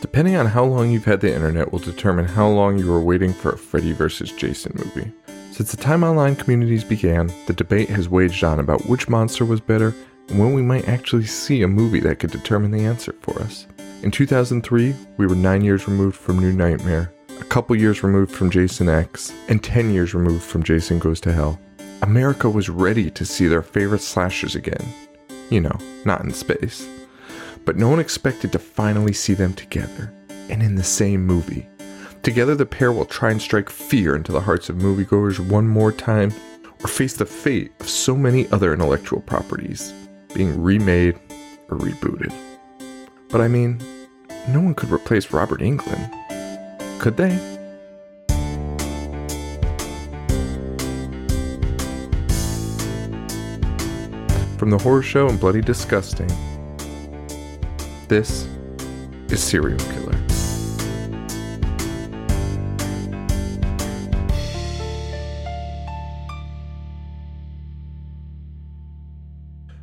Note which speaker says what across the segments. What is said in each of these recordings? Speaker 1: Depending on how long you've had the internet will determine how long you were waiting for a Freddy vs. Jason movie. Since the time online communities began, the debate has waged on about which monster was better and when we might actually see a movie that could determine the answer for us. In 2003, we were 9 years removed from New Nightmare, a couple years removed from Jason X, and 10 years removed from Jason Goes to Hell. America was ready to see their favorite slashers again. You know, not in space. But no one expected to finally see them together, and in the same movie. Together, the pair will try and strike fear into the hearts of moviegoers one more time, or face the fate of so many other intellectual properties being remade or rebooted. But I mean, no one could replace Robert Englund, could they? From the horror show and Bloody Disgusting, this is Serial Killer.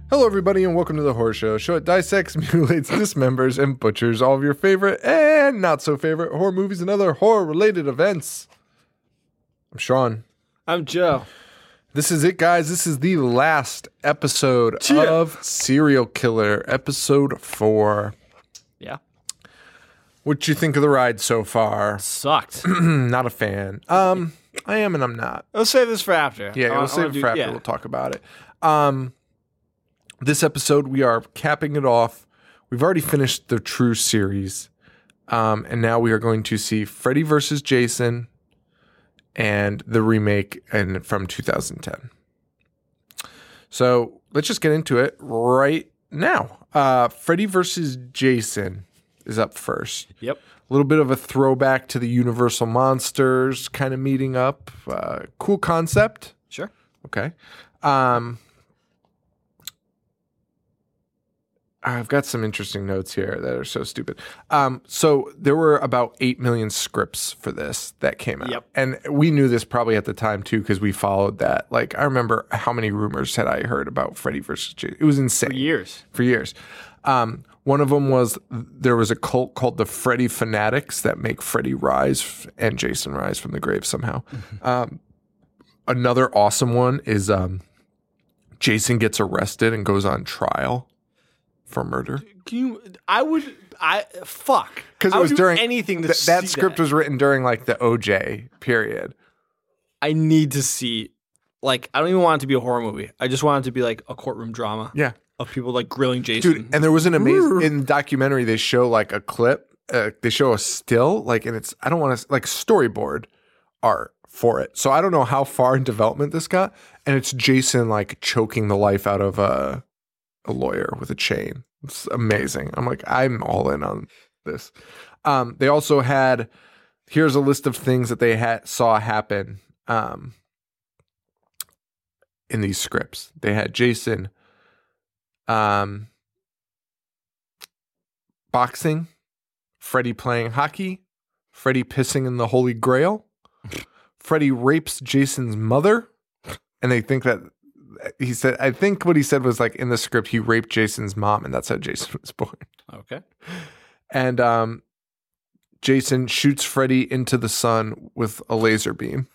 Speaker 1: Hello, everybody, and welcome to the Horror Show. a Show it dissects, mutilates, dismembers, and butchers all of your favorite and not so favorite horror movies and other horror related events. I'm Sean.
Speaker 2: I'm Joe.
Speaker 1: This is it, guys. This is the last episode
Speaker 2: Yeah.
Speaker 1: of Serial Killer, episode four.
Speaker 2: Yeah.
Speaker 1: What you think of the ride so far?
Speaker 2: Sucked.
Speaker 1: not a fan. Um, I am, and I'm not.
Speaker 2: Let's save this for after.
Speaker 1: Yeah, we'll
Speaker 2: I wanna- I
Speaker 1: save
Speaker 2: wanna
Speaker 1: it for after.
Speaker 2: do-
Speaker 1: We'll talk about it. Um, this episode, we are capping it off. We've already finished the True series, um, and now we are going to see Freddy versus Jason and the remake and from 2010. So let's just get into it right now. Uh, Freddy versus Jason is up first.
Speaker 2: Yep.
Speaker 1: A little bit of a throwback to the Universal Monsters kind of meeting up. Uh, cool concept.
Speaker 2: Sure.
Speaker 1: Okay. Um, I've got some interesting notes here that are so stupid. Um, so there were about 8 million scripts for this that came out.
Speaker 2: Yep.
Speaker 1: And we knew this probably at the time too because we followed that. Like I remember how many rumors had I heard about Freddy versus Jason. It was insane
Speaker 2: For years.
Speaker 1: for years. Um, one of them was there was a cult called the Freddy Fanatics that make Freddy rise f- and Jason rise from the grave somehow.
Speaker 2: Mm-hmm.
Speaker 1: Um, another awesome one is um, Jason gets arrested and goes on trial for murder
Speaker 2: Can you? I would. I fuck.
Speaker 1: because
Speaker 2: I
Speaker 1: it
Speaker 2: would
Speaker 1: was
Speaker 2: do
Speaker 1: during
Speaker 2: anything to
Speaker 1: th-
Speaker 2: see
Speaker 1: that script was written during like the OJ period.
Speaker 2: I need to see. Like, I don't even want it to be a horror movie. I just want it to be like a courtroom drama
Speaker 1: Yeah,
Speaker 2: of people like grilling Jason.
Speaker 1: dude. And there was an amazing
Speaker 2: Brr.
Speaker 1: in the documentary. They show like a clip. Uh, they show a still like, and it's I don't want to like storyboard art for it. So I don't know how far in development this got. And it's Jason like choking the life out of a a lawyer with a chain. It's amazing. I'm like I'm all in on this. Um, they also had here's a list of things that they had saw happen. Um, in these scripts, they had Jason. Um, boxing, Freddy playing hockey, Freddy pissing in the Holy Grail, Freddy rapes Jason's mother, and they think that he said. I think what he said was like in the script he raped Jason's mom, and that's how Jason was born.
Speaker 2: okay.
Speaker 1: And um, Jason shoots Freddy into the sun with a laser beam.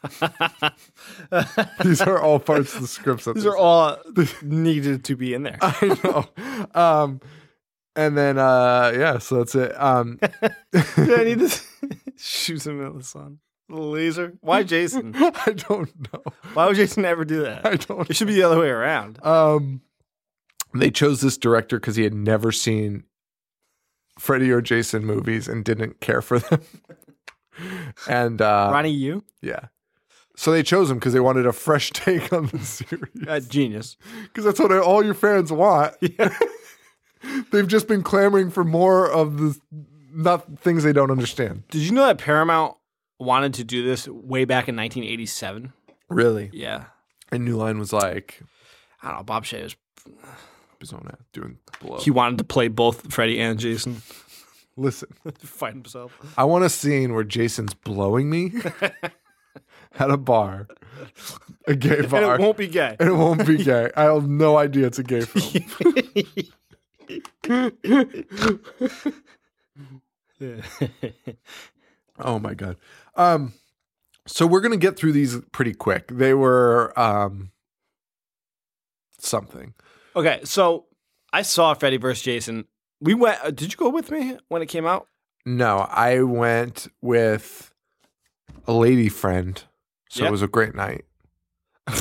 Speaker 1: These are all parts of the scripts. that
Speaker 2: These
Speaker 1: they
Speaker 2: are all needed to be in there.
Speaker 1: I know. Um, and then uh, yeah, so that's it. Um,
Speaker 2: Do I need to shoot him in the sun? The laser? Why Jason?
Speaker 1: I don't know.
Speaker 2: Why would Jason ever do
Speaker 1: I
Speaker 2: that?
Speaker 1: don't.
Speaker 2: It should be the other way around.
Speaker 1: Um, they chose this director because he had never seen Freddy or Jason movies and didn't care for them. and uh,
Speaker 2: Ronnie, you?
Speaker 1: yeah, so they chose him because they wanted a fresh take on the series.
Speaker 2: Uh, genius.
Speaker 1: Because that's what all your fans want. They've just been clamoring for more of the not things they don't understand.
Speaker 2: Did you know that Paramount wanted to do this way back in 1987?
Speaker 1: Really,
Speaker 2: Yeah.
Speaker 1: and New Line was like,
Speaker 2: I don't know. Bob Shea was.
Speaker 1: "His own ass doing blow."
Speaker 2: He wanted to play both Freddy and Jason.
Speaker 1: Listen,
Speaker 2: Fight himself.
Speaker 1: I want a scene where Jason's blowing me at a bar, a gay
Speaker 2: And
Speaker 1: bar,
Speaker 2: it won't be gay.
Speaker 1: and it won't be gay. I have no idea it's a gay film. Oh my god. Um so we're going to get through these pretty quick. They were um something.
Speaker 2: okay, so I saw Freddy vs. Jason. We went. uh, Did you go with me when it came out?
Speaker 1: No, I went with a lady friend. So
Speaker 2: Yeah.
Speaker 1: it was a great night.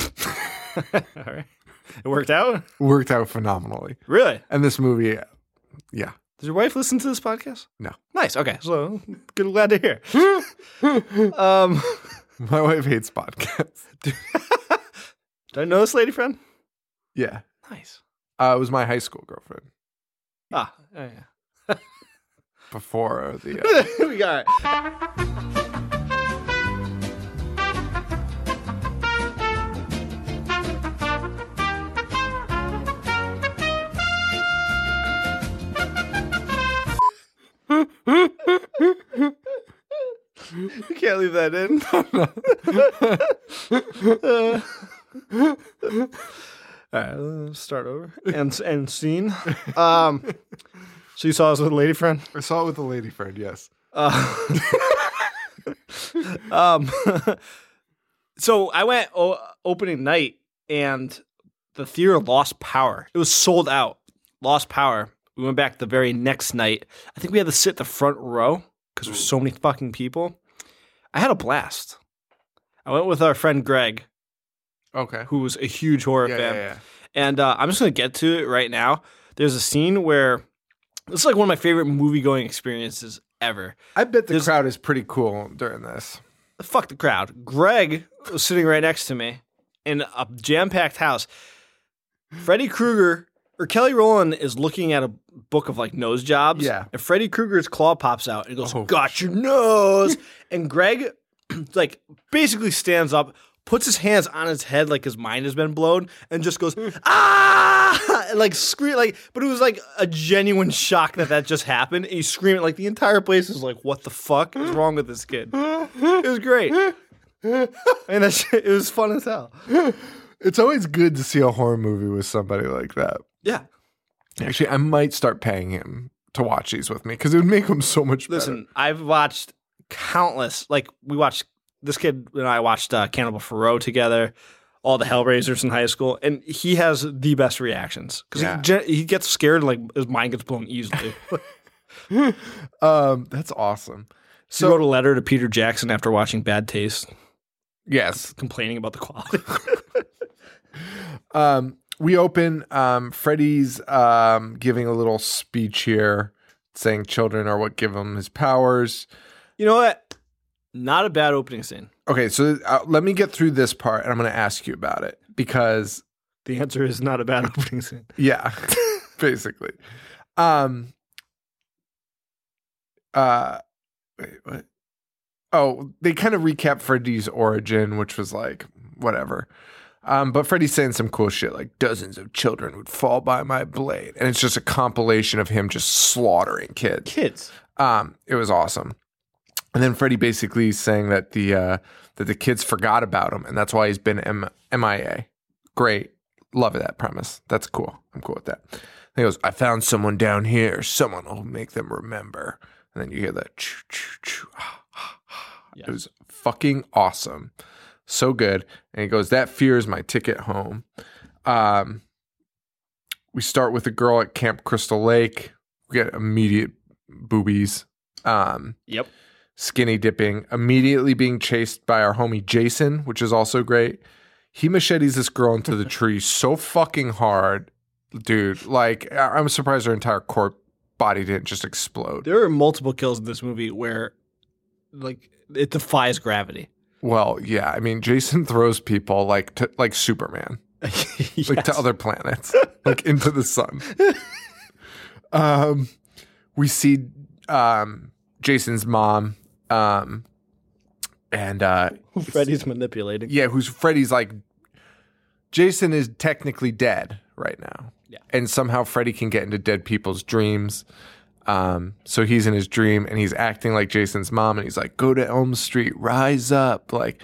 Speaker 2: All right, it worked out.
Speaker 1: Worked out phenomenally.
Speaker 2: Really?
Speaker 1: And this movie yeah.
Speaker 2: Does your wife listen to this podcast?
Speaker 1: No.
Speaker 2: Nice. Okay, so good. Glad to hear. um,
Speaker 1: My wife hates podcasts.
Speaker 2: did I know this lady friend?
Speaker 1: Yeah.
Speaker 2: Nice.
Speaker 1: Uh, it was my high school girlfriend
Speaker 2: Ah, oh, yeah.
Speaker 1: before the uh,
Speaker 2: we got it. You can't leave that in. Uh, all right, let's start over and and scene. Um, so you saw us with a lady friend.
Speaker 1: I saw it with a lady friend, yes.
Speaker 2: Uh, um, so I went o- opening night, and the theater lost power. It was sold out, lost power. We went back the very next night. I think we had to sit the front row because there's so many fucking people. I had a blast. I went with our friend Greg,
Speaker 1: Okay.
Speaker 2: who was a huge horror
Speaker 1: Yeah,
Speaker 2: fan.
Speaker 1: yeah, yeah.
Speaker 2: And uh, I'm just going to get to it right now. There's a scene where this is like one of my favorite movie going experiences ever.
Speaker 1: I bet the
Speaker 2: There's-
Speaker 1: crowd is pretty cool during this.
Speaker 2: fuck the crowd. Greg was sitting right next to me in a jam packed house. Freddy Krueger or Kelly Rowland is looking at a book of like nose jobs.
Speaker 1: Yeah.
Speaker 2: And Freddy Krueger's claw pops out and goes,
Speaker 1: Oh,
Speaker 2: Got your nose. and Greg like basically stands up, puts his hands on his head like his mind has been blown, and just goes, Ah! And, like scream like but it was like a genuine shock that that just happened. And you scream it like the entire place is like, What the fuck is wrong with this kid? It was great. and that shit, it was fun as hell.
Speaker 1: It's always good to see a horror movie with somebody like that.
Speaker 2: Yeah.
Speaker 1: Actually, I might start paying him to watch these with me because it would make them so much better.
Speaker 2: Listen, I've watched countless. Like we watched this kid and I watched uh, Cannibal Feroe together, all the Hellraisers in high school, and he has the best reactions because
Speaker 1: Yeah.
Speaker 2: he, gen- he gets scared and like his mind gets blown easily.
Speaker 1: Um, that's awesome.
Speaker 2: so, he wrote a letter to Peter Jackson after watching Bad Taste,
Speaker 1: Yes.
Speaker 2: complaining about the quality.
Speaker 1: Um, we open. Um, Freddy's um, giving a little speech here, saying children are what give him his powers.
Speaker 2: you know what? Not a bad opening scene.
Speaker 1: Okay, so uh, let me get through this part, and I'm going to ask you about it because
Speaker 2: The answer is not a bad opening scene.
Speaker 1: Yeah, basically. Um. Uh, wait, what? Oh, they kind of recap Freddy's origin, which was like whatever. Um, but Freddy's saying some cool shit, like dozens of children would fall by my blade, and it's just a compilation of him just slaughtering kids.
Speaker 2: Kids.
Speaker 1: Um, it was awesome. And then Freddie basically is saying that the uh, that the kids forgot about him, and that's why he's been M- MIA. Great, love that premise. That's cool. I'm cool with that. And he goes, "I found someone down here. Someone will make them remember." And then you hear that. Choo, choo, choo, ah, ah, ah.
Speaker 2: Yes.
Speaker 1: It was fucking awesome, so good. And he goes, "That fear is my ticket home." Um, we start with a girl at Camp Crystal Lake. We get immediate boobies, um,
Speaker 2: Yep.
Speaker 1: skinny dipping, immediately being chased by our homie Jason, which is also great. He machetes this girl into the tree so fucking hard, dude. Like, I- I'm surprised her entire corp body didn't just explode.
Speaker 2: There are multiple kills in this movie where, like, it defies gravity.
Speaker 1: Well, yeah, I mean, Jason throws people like to, like Superman, like to
Speaker 2: Yes.
Speaker 1: other planets, like into the sun. um, we see um, Jason's mom, um, and uh,
Speaker 2: Freddy's manipulating.
Speaker 1: Yeah, who's Freddy's like Jason is technically dead right now.
Speaker 2: Yeah.
Speaker 1: And somehow Freddy can get into dead people's dreams. Um, so he's in his dream and he's acting like Jason's mom and he's like, Go to Elm Street, rise up. Like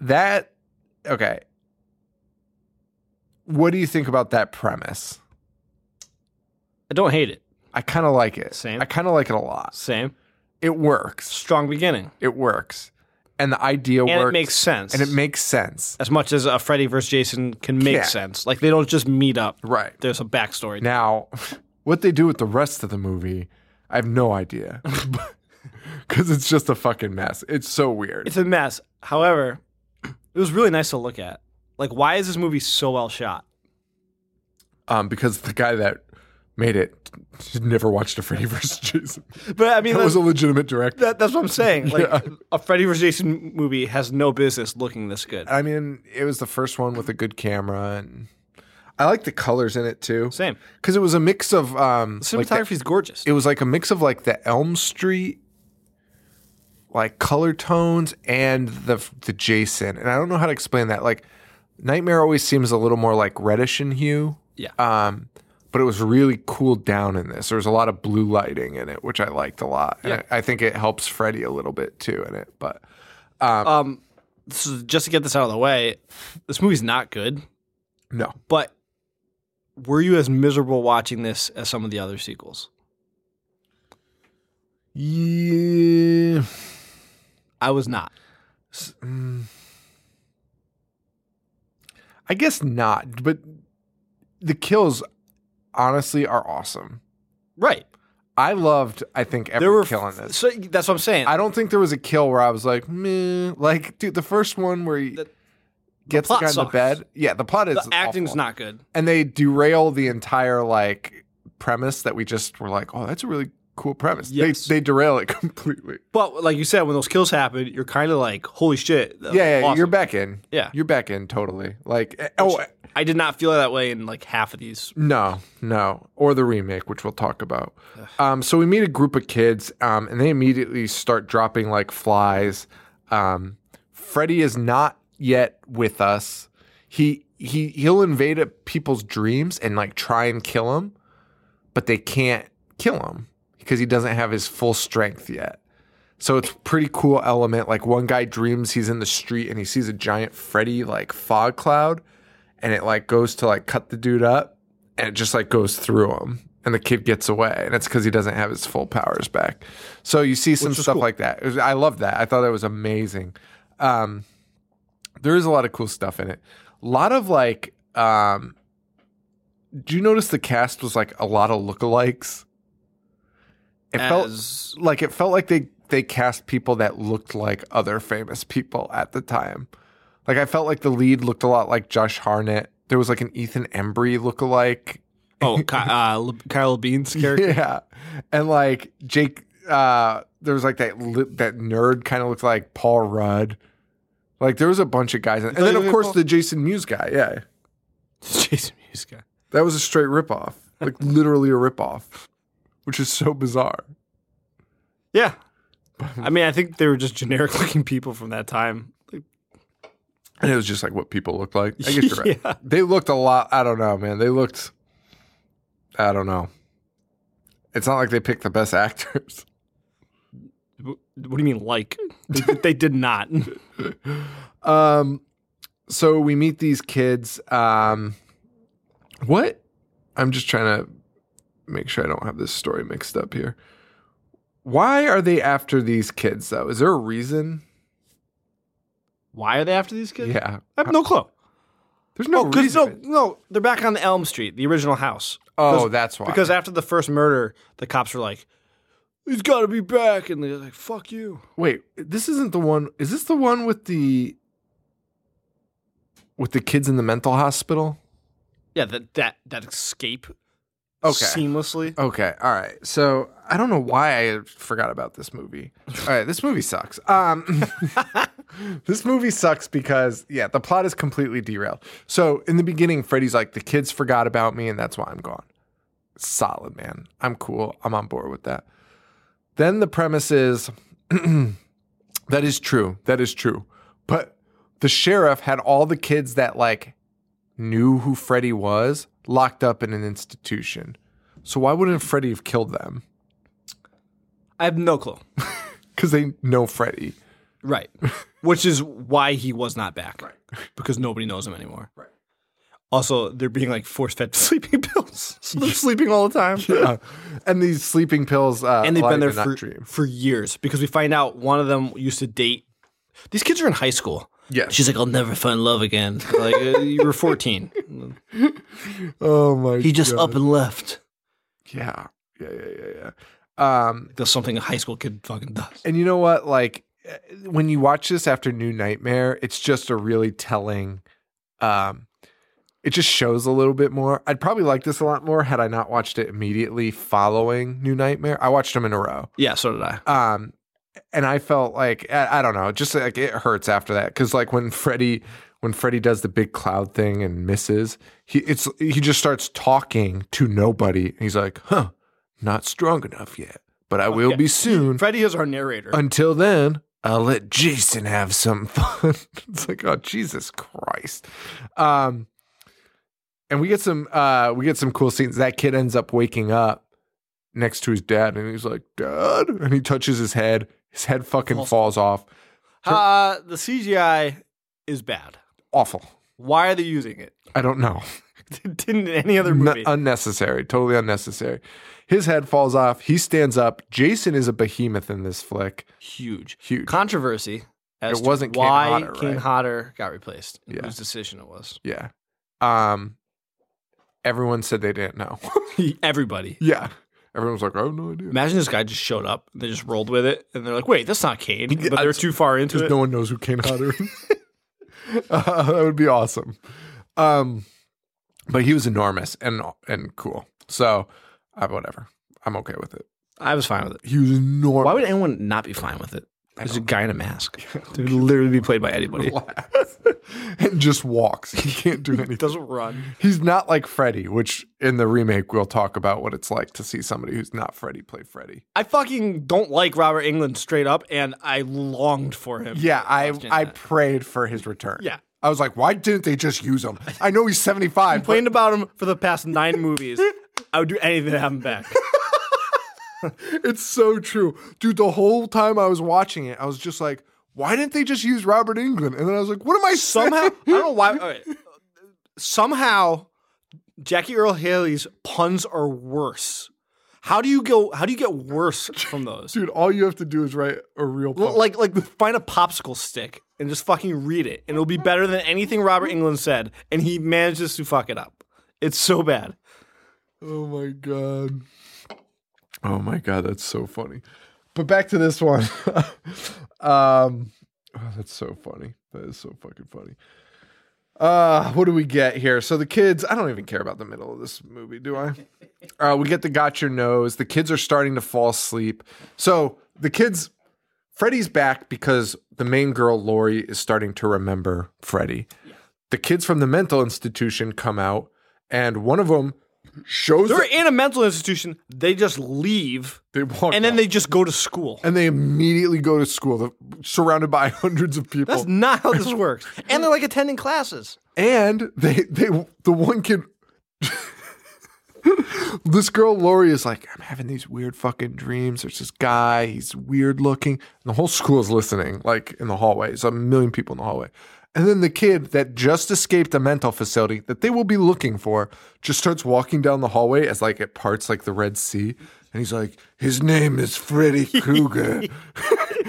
Speaker 1: that okay. What do you think about that premise?
Speaker 2: I don't hate it.
Speaker 1: I kind of like it.
Speaker 2: Same.
Speaker 1: I kind of like it a lot.
Speaker 2: Same.
Speaker 1: It works.
Speaker 2: Strong beginning.
Speaker 1: It works. And the idea
Speaker 2: And
Speaker 1: works.
Speaker 2: it makes sense.
Speaker 1: And it makes sense.
Speaker 2: as much as a Freddy versus Jason can make
Speaker 1: Yeah.
Speaker 2: sense. Like they don't just meet up.
Speaker 1: Right.
Speaker 2: There's a backstory.
Speaker 1: Now, what they do with the rest of the movie, I have no idea. Because it's just a fucking mess. It's so weird.
Speaker 2: it's a mess. However, it was really nice to look at. Like, why is this movie so well shot?
Speaker 1: um, because the guy that made it never watched a Freddy vs. Jason.
Speaker 2: But I mean,
Speaker 1: That
Speaker 2: that's,
Speaker 1: was a legitimate director.
Speaker 2: that, that's what I'm saying. Like,
Speaker 1: Yeah.
Speaker 2: a Freddy vs. Jason movie has no business looking this good.
Speaker 1: I mean, it was the first one with a good camera, and I like the colors in it too.
Speaker 2: Same.
Speaker 1: because it was a mix of um, like the-
Speaker 2: Cinematography is gorgeous.
Speaker 1: it was like a mix of like the Elm Street like color tones and the the Jason. And I don't know how to explain that. Like Nightmare always seems a little more like reddish in hue.
Speaker 2: Yeah.
Speaker 1: Um but it was really cooled down in this. There was a lot of blue lighting in it, which I liked a lot. And I, I think it helps Freddy a little bit too in it. But
Speaker 2: um, so just to get this out of the way, this movie's not good.
Speaker 1: no.
Speaker 2: But were you as miserable watching this as some of the other sequels?
Speaker 1: Yeah.
Speaker 2: I was not.
Speaker 1: I guess not. But the kills honestly are awesome.
Speaker 2: Right.
Speaker 1: I loved, I think, every
Speaker 2: There were
Speaker 1: kill in this.
Speaker 2: So that's what I'm saying.
Speaker 1: I don't think there was a kill where I was like, meh. Like, dude, the first one where he
Speaker 2: The- the
Speaker 1: gets the,
Speaker 2: plot
Speaker 1: guy in the
Speaker 2: sucks.
Speaker 1: bed. Yeah, the plot is
Speaker 2: the acting's
Speaker 1: awful.
Speaker 2: not good.
Speaker 1: and they derail the entire like premise that we just were like, oh, that's a really cool premise.
Speaker 2: Yes.
Speaker 1: They they derail it completely.
Speaker 2: But like you said, when those kills happen, you're kind of like, holy shit. that
Speaker 1: yeah,
Speaker 2: was
Speaker 1: yeah,
Speaker 2: awesome.
Speaker 1: you're back in.
Speaker 2: Yeah.
Speaker 1: you're back in totally. Like, eh, oh
Speaker 2: I did not feel that way in like half of these.
Speaker 1: no, no, or the remake, which we'll talk about. Um, so we meet a group of kids, um, and they immediately start dropping like flies. Um, Freddy is not yet with us. He he he'll invade a people's dreams and like try and kill him, but they can't kill him because he doesn't have his full strength yet. So it's a pretty cool element. Like one guy dreams he's in the street and he sees a giant Freddy like fog cloud, and it like goes to like cut the dude up, and it just like goes through him, and the kid gets away, and it's because he doesn't have his full powers back. So you see some
Speaker 2: Which is
Speaker 1: stuff
Speaker 2: cool.
Speaker 1: like that. It was- I love that. I thought that was amazing. Um, there is a lot of cool stuff in it. A lot of like, um, do you notice the cast was like a lot of lookalikes? It felt
Speaker 2: as-
Speaker 1: like it felt like they they cast people that looked like other famous people at the time. Like I felt like the lead looked a lot like Josh Harnett. There was like an Ethan Embry lookalike.
Speaker 2: oh, Ky- uh, L- Kyle Bean's character.
Speaker 1: Yeah, and like Jake, uh, there was like that li- that nerd kind of looked like Paul Rudd. Like there was a bunch of guys, in, and
Speaker 2: thought
Speaker 1: then
Speaker 2: you
Speaker 1: of
Speaker 2: were
Speaker 1: course
Speaker 2: Paul-
Speaker 1: the Jason Mewes guy. Yeah,
Speaker 2: Jason Mewes guy.
Speaker 1: that was a straight ripoff, like literally a ripoff, which is so bizarre.
Speaker 2: Yeah. I mean, I think they were just generic looking people from that time.
Speaker 1: And it was just like what people looked like. I guess you're right.
Speaker 2: Yeah.
Speaker 1: They looked a lot. I don't know, man. They looked. I don't know. It's not like they picked the best actors.
Speaker 2: What do you mean, like? they, they did not.
Speaker 1: Um, so we meet these kids. Um, what? I'm just trying to make sure I don't have this story mixed up here. Why are they after these kids though? Is there a reason?
Speaker 2: Why are they after these kids?
Speaker 1: Yeah,
Speaker 2: I have no clue.
Speaker 1: there's no
Speaker 2: Because Oh, no,
Speaker 1: reason.
Speaker 2: no, they're back on Elm Street, the original house.
Speaker 1: oh,
Speaker 2: because-
Speaker 1: that's why.
Speaker 2: Because after the first murder, the cops were like, "He's got to be back," and they're like, "Fuck you."
Speaker 1: Wait, this isn't the one. Is this the one with the with the kids in the mental hospital?
Speaker 2: Yeah, that that that escape
Speaker 1: Okay.
Speaker 2: seamlessly.
Speaker 1: Okay. All right. So I don't know why I forgot about this movie. All right. This movie sucks. Um, this movie sucks because, yeah, the plot is completely derailed. So in the beginning, Freddy's like, the kids forgot about me and that's why I'm gone. Solid, man. I'm cool. I'm on board with that. Then the premise is that is true. That is true. But the sheriff had all the kids that, like, knew who Freddy was locked up in an institution. So why wouldn't Freddy have killed them?
Speaker 2: I have no clue.
Speaker 1: Because they know Freddy.
Speaker 2: Right. Which is why he was not back. Right. Because nobody knows him anymore.
Speaker 1: Right.
Speaker 2: Also, they're being like force fed sleeping pills. So they're
Speaker 1: sleeping all the time. Yeah. And these sleeping pills. Uh,
Speaker 2: and they've
Speaker 1: allow
Speaker 2: been
Speaker 1: you
Speaker 2: there
Speaker 1: to not
Speaker 2: for,
Speaker 1: dream.
Speaker 2: for years because we find out one of them used to date. These kids are in high school.
Speaker 1: Yes.
Speaker 2: She's like, I'll never find love again. Like, uh, you were 14.
Speaker 1: Oh my.
Speaker 2: He just
Speaker 1: God.
Speaker 2: up and left.
Speaker 1: Yeah. Yeah. Yeah. Yeah. Yeah. Um.
Speaker 2: That's something a high school kid fucking does.
Speaker 1: And you know what? Like eh, when you watch this after New Nightmare, it's just a really telling. Um, it just shows a little bit more. I'd probably like this a lot more had I not watched it immediately following New Nightmare. I watched them in a row.
Speaker 2: Yeah, so did I.
Speaker 1: Um, and I felt like I, I don't know, just like it hurts after that because like when Freddy when Freddy does the big cloud thing and misses, he it's he just starts talking to nobody. And he's like, "Huh, not strong enough yet, but I will
Speaker 2: yeah.
Speaker 1: be soon."
Speaker 2: Freddie is our narrator.
Speaker 1: Until then, I'll let Jason have some fun. it's like, oh Jesus Christ. Um and we get some uh we get some cool scenes. That kid ends up waking up next to his dad and he's like, Dad, and he touches his head, his head fucking
Speaker 2: Falls-
Speaker 1: falls off.
Speaker 2: Uh, the CGI is bad.
Speaker 1: Awful.
Speaker 2: Why are they using it?
Speaker 1: I don't know.
Speaker 2: It didn't in any other
Speaker 1: N-
Speaker 2: movie.
Speaker 1: unnecessary, totally unnecessary. His head falls off, he stands up. Jason is a behemoth in this flick.
Speaker 2: Huge.
Speaker 1: Huge.
Speaker 2: Controversy as
Speaker 1: It
Speaker 2: to
Speaker 1: wasn't Kane
Speaker 2: why
Speaker 1: Hodder,
Speaker 2: Kane
Speaker 1: right?
Speaker 2: Hodder got replaced, and
Speaker 1: Yeah.
Speaker 2: whose decision it was.
Speaker 1: yeah. Um everyone said they didn't know.
Speaker 2: Everybody.
Speaker 1: Yeah. Everyone's like, I have no idea.
Speaker 2: Imagine this guy just showed up. They just rolled with it, and they're like, "Wait, that's not Kane." But they're too far into
Speaker 1: Because
Speaker 2: it.
Speaker 1: no one knows who Kane Hodder is. Uh, that would be awesome. Um, but he was enormous and and cool. So, uh, whatever. I'm okay with it.
Speaker 2: I was fine with it.
Speaker 1: He was enormous.
Speaker 2: Why would anyone not be fine with it? There's a guy in a mask. It would literally be played by anybody.
Speaker 1: and just walks. He can't do anything.
Speaker 2: Doesn't run.
Speaker 1: He's not like Freddy, which in the remake we'll talk about what it's like to see somebody who's not Freddy play Freddy.
Speaker 2: I fucking don't like Robert England straight up, and I longed for him.
Speaker 1: Yeah, I
Speaker 2: Watching
Speaker 1: I
Speaker 2: that.
Speaker 1: prayed for his return.
Speaker 2: Yeah.
Speaker 1: I was like, why didn't they just use him? I know he's 75. but
Speaker 2: complained about him for the past nine movies. I would do anything to have him back.
Speaker 1: It's so true. Dude, the whole time I was watching it, I was just like, why didn't they just use Robert England? And then I was like, what am I
Speaker 2: Somehow, I
Speaker 1: somehow?
Speaker 2: don't know why. all right. Somehow, Jackie Earl Haley's puns are worse. How do you go? How do you get worse from those?
Speaker 1: Dude, all you have to do is write a real
Speaker 2: L-
Speaker 1: pun.
Speaker 2: Like, like find a popsicle stick and just fucking read it, and it'll be better than anything Robert England said. And he manages to fuck it up. It's so bad.
Speaker 1: oh my God. Oh my God, that's so funny. But back to this one. um, oh, that's so funny. That is so fucking funny. Uh, what do we get here? So the kids, I don't even care about the middle of this movie, do I? Uh, we get the got your nose. The kids are starting to fall asleep. So the kids, Freddy's back because the main girl, Lori, is starting to remember Freddy. The kids from the mental institution come out, and one of them shows
Speaker 2: They're
Speaker 1: up.
Speaker 2: in a mental institution. They just leave,
Speaker 1: They walk
Speaker 2: and then
Speaker 1: out,
Speaker 2: they just go to school.
Speaker 1: and they immediately go to school, the- surrounded by hundreds of people.
Speaker 2: That's not how this works. And they're like attending classes.
Speaker 1: and they they the one kid this girl Lori is like I'm having these weird fucking dreams there's this guy he's weird looking and the whole school is listening like in the hallway there's a million people in the hallway and then the kid that just escaped a mental facility that they will be looking for just starts walking down the hallway as like it parts like the Red Sea and he's like his name is Freddy Krueger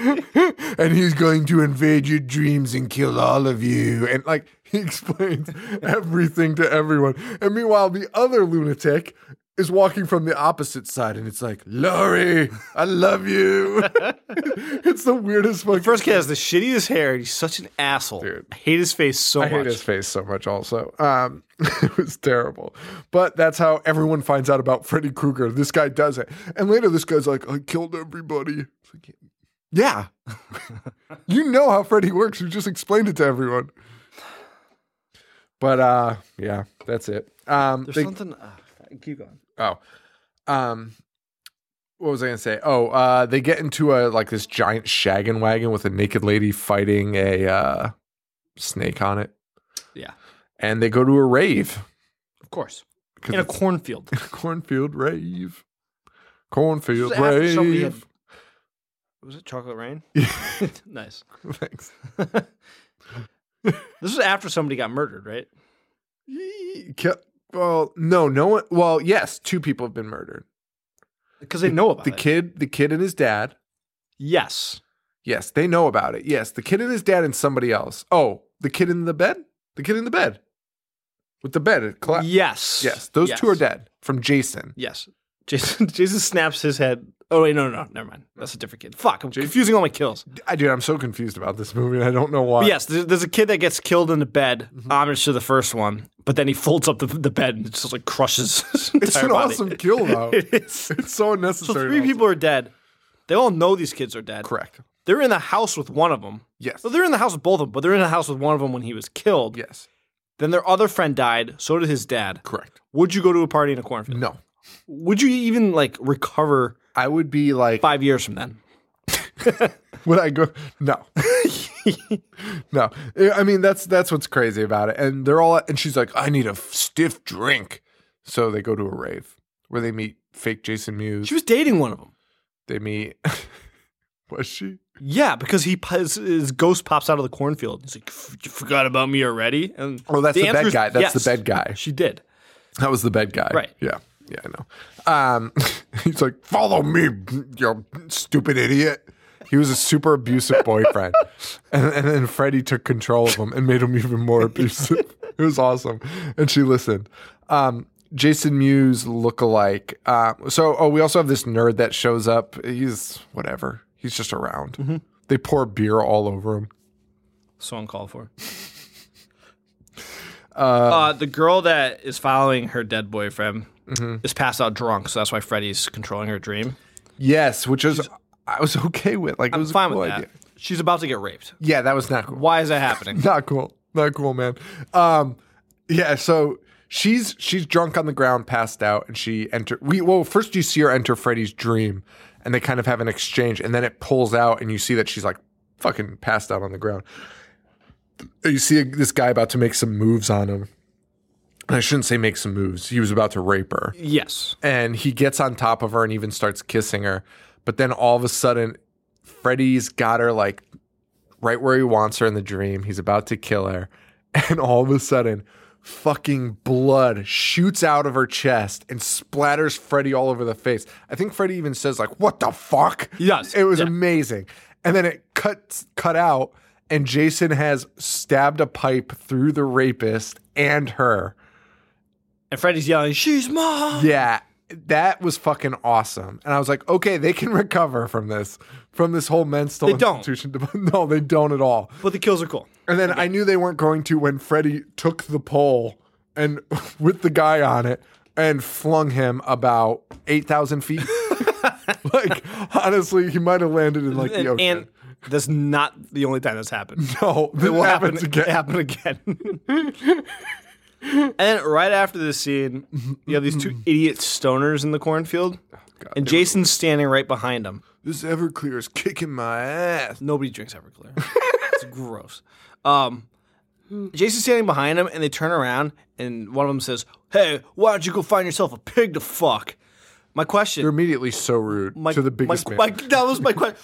Speaker 1: and he's going to invade your dreams and kill all of you. And like he explains everything to everyone. And meanwhile, the other lunatic is walking from the opposite side, and it's like, Laurie, I love you. it's the weirdest fucking.
Speaker 2: First kid has the shittiest hair. and He's such an asshole.
Speaker 1: Dude.
Speaker 2: I hate his face so
Speaker 1: I
Speaker 2: much.
Speaker 1: hate his face so much. Also, um, it was terrible. But that's how everyone finds out about Freddy Krueger. This guy does it, and later this guy's like, "I killed everybody." It's like, yeah, you know how Freddy works. You just explained it to everyone. But uh, yeah, that's it. Um,
Speaker 2: There's
Speaker 1: they-
Speaker 2: something. Uh, keep going.
Speaker 1: Oh, um, what was I gonna say? Oh, uh, they get into a like this giant shaggin' wagon with a naked lady fighting a uh, snake on it.
Speaker 2: Yeah.
Speaker 1: and they go to a rave
Speaker 2: Of course.
Speaker 1: 'cause
Speaker 2: In a
Speaker 1: it's
Speaker 2: cornfield.
Speaker 1: a cornfield rave, cornfield
Speaker 2: This is after somebody had-
Speaker 1: rave.
Speaker 2: Was it Chocolate Rain? nice.
Speaker 1: Thanks.
Speaker 2: this was after somebody got murdered, right?
Speaker 1: Yee- Ke- Well, no, no one. Well, yes, two people have been murdered.
Speaker 2: because they know about
Speaker 1: The
Speaker 2: it.
Speaker 1: kid, the kid and his dad.
Speaker 2: Yes.
Speaker 1: Yes, they know about it. Yes, the kid and his dad and somebody else. Oh, the kid in the bed. The kid in the bed. With the bed, it collapsed.
Speaker 2: Yes.
Speaker 1: Yes, those two are
Speaker 2: Yes.
Speaker 1: dead from Jason.
Speaker 2: Yes. Jason Jason snaps his head. Oh wait, no, no, no, never mind. That's a different kid. Fuck, I'm
Speaker 1: Jason-
Speaker 2: confusing all my kills.
Speaker 1: I dude, I'm so confused about this movie. and I don't know why.
Speaker 2: But yes, there's, there's a kid that gets killed in the bed,
Speaker 1: Mm-hmm.
Speaker 2: homage to the first one. But then he folds up the, the bed and just like crushes. His
Speaker 1: it's
Speaker 2: entire
Speaker 1: an
Speaker 2: body.
Speaker 1: awesome kill though.
Speaker 2: It is.
Speaker 1: it's so
Speaker 2: So
Speaker 1: unnecessary. and
Speaker 2: three
Speaker 1: awesome.
Speaker 2: people are dead. They all know these kids are dead.
Speaker 1: correct.
Speaker 2: They're in the house with one of them.
Speaker 1: Yes.
Speaker 2: So they're in the house with both of them, but they're in the house with one of them when he was killed.
Speaker 1: Yes.
Speaker 2: Then their other friend died. So did his dad.
Speaker 1: Correct.
Speaker 2: Would you go to a party in a cornfield?
Speaker 1: No.
Speaker 2: Would you even like recover
Speaker 1: I would be like
Speaker 2: five years from then?
Speaker 1: Would I go? No, no. I mean, that's that's what's crazy about it. And they're all, and she's like, I need a stiff drink. So they go to a rave where they meet fake Jason Mewes.
Speaker 2: She was dating one of them.
Speaker 1: They meet. was she?
Speaker 2: Yeah, because he po- his, his ghost pops out of the cornfield. He's like, "F- "You forgot about me already?" And
Speaker 1: Oh, that's the,
Speaker 2: answer
Speaker 1: bed
Speaker 2: is
Speaker 1: guy. That's
Speaker 2: yes.
Speaker 1: the bed guy.
Speaker 2: She did.
Speaker 1: That was the bed guy.
Speaker 2: Right.
Speaker 1: Yeah. Yeah, I know. Um, he's like, follow me, you stupid idiot. He was a super abusive boyfriend. and, and then Freddie took control of him and made him even more abusive. it was awesome. And she listened. Um, Jason Mewes lookalike. Uh, so, oh, we also have this nerd that shows up. He's whatever. He's just around.
Speaker 2: Mm-hmm.
Speaker 1: They pour beer all over him.
Speaker 2: So uncalled for. Uh, the girl that is following her dead boyfriend
Speaker 1: Mm-hmm.
Speaker 2: is passed out drunk, so that's why Freddy's controlling her dream.
Speaker 1: Yes, which is, I was okay with. Like, it
Speaker 2: I'm
Speaker 1: was a
Speaker 2: fine
Speaker 1: cool
Speaker 2: with that.
Speaker 1: idea.
Speaker 2: She's about to get raped.
Speaker 1: Yeah, that was not cool.
Speaker 2: Why is that happening?
Speaker 1: not cool not cool man um yeah so she's she's drunk on the ground passed out and she enter we well first you see her enter freddy's dream and they kind of have an exchange and then it pulls out and you see that she's like fucking passed out on the ground you see this guy about to make some moves on him and i shouldn't say make some moves he was about to rape her
Speaker 2: yes.
Speaker 1: and he gets on top of her and even starts kissing her. But then all of a sudden, Freddy's got her like right where he wants her in the dream. He's about to kill her. And all of a sudden, fucking blood shoots out of her chest and splatters Freddy all over the face. I think Freddy even says, like, what the fuck?
Speaker 2: Yes.
Speaker 1: It was
Speaker 2: Yeah.
Speaker 1: amazing. And then it cuts cut out, and Jason has stabbed a pipe through the rapist and her.
Speaker 2: And Freddy's yelling, "She's mom!"
Speaker 1: Yeah, that was fucking awesome. And I was like, okay, they can recover from this, from this whole men's
Speaker 2: They don't.
Speaker 1: institution. no, they don't at all.
Speaker 2: But the kills are cool.
Speaker 1: And then I knew they weren't going to when Freddie took the pole and with the guy on it and flung him about 8,000 feet. like, honestly, he might have landed in like the
Speaker 2: And,
Speaker 1: ocean.
Speaker 2: and that's not the only time that's happened.
Speaker 1: no, it
Speaker 2: will happen
Speaker 1: happens again.
Speaker 2: It happened again. and then right after this scene, you have these two idiot stoners in the cornfield, and Jason's standing right behind them.
Speaker 1: This Everclear is kicking my ass.
Speaker 2: Nobody drinks Everclear. it's gross. Um, Jason's standing behind him, and they turn around, and one of them says, "Hey, why don't you go find yourself a pig to fuck?" My question.
Speaker 1: They're immediately so rude
Speaker 2: my-
Speaker 1: to the biggest
Speaker 2: my,
Speaker 1: man.
Speaker 2: my- that was my question.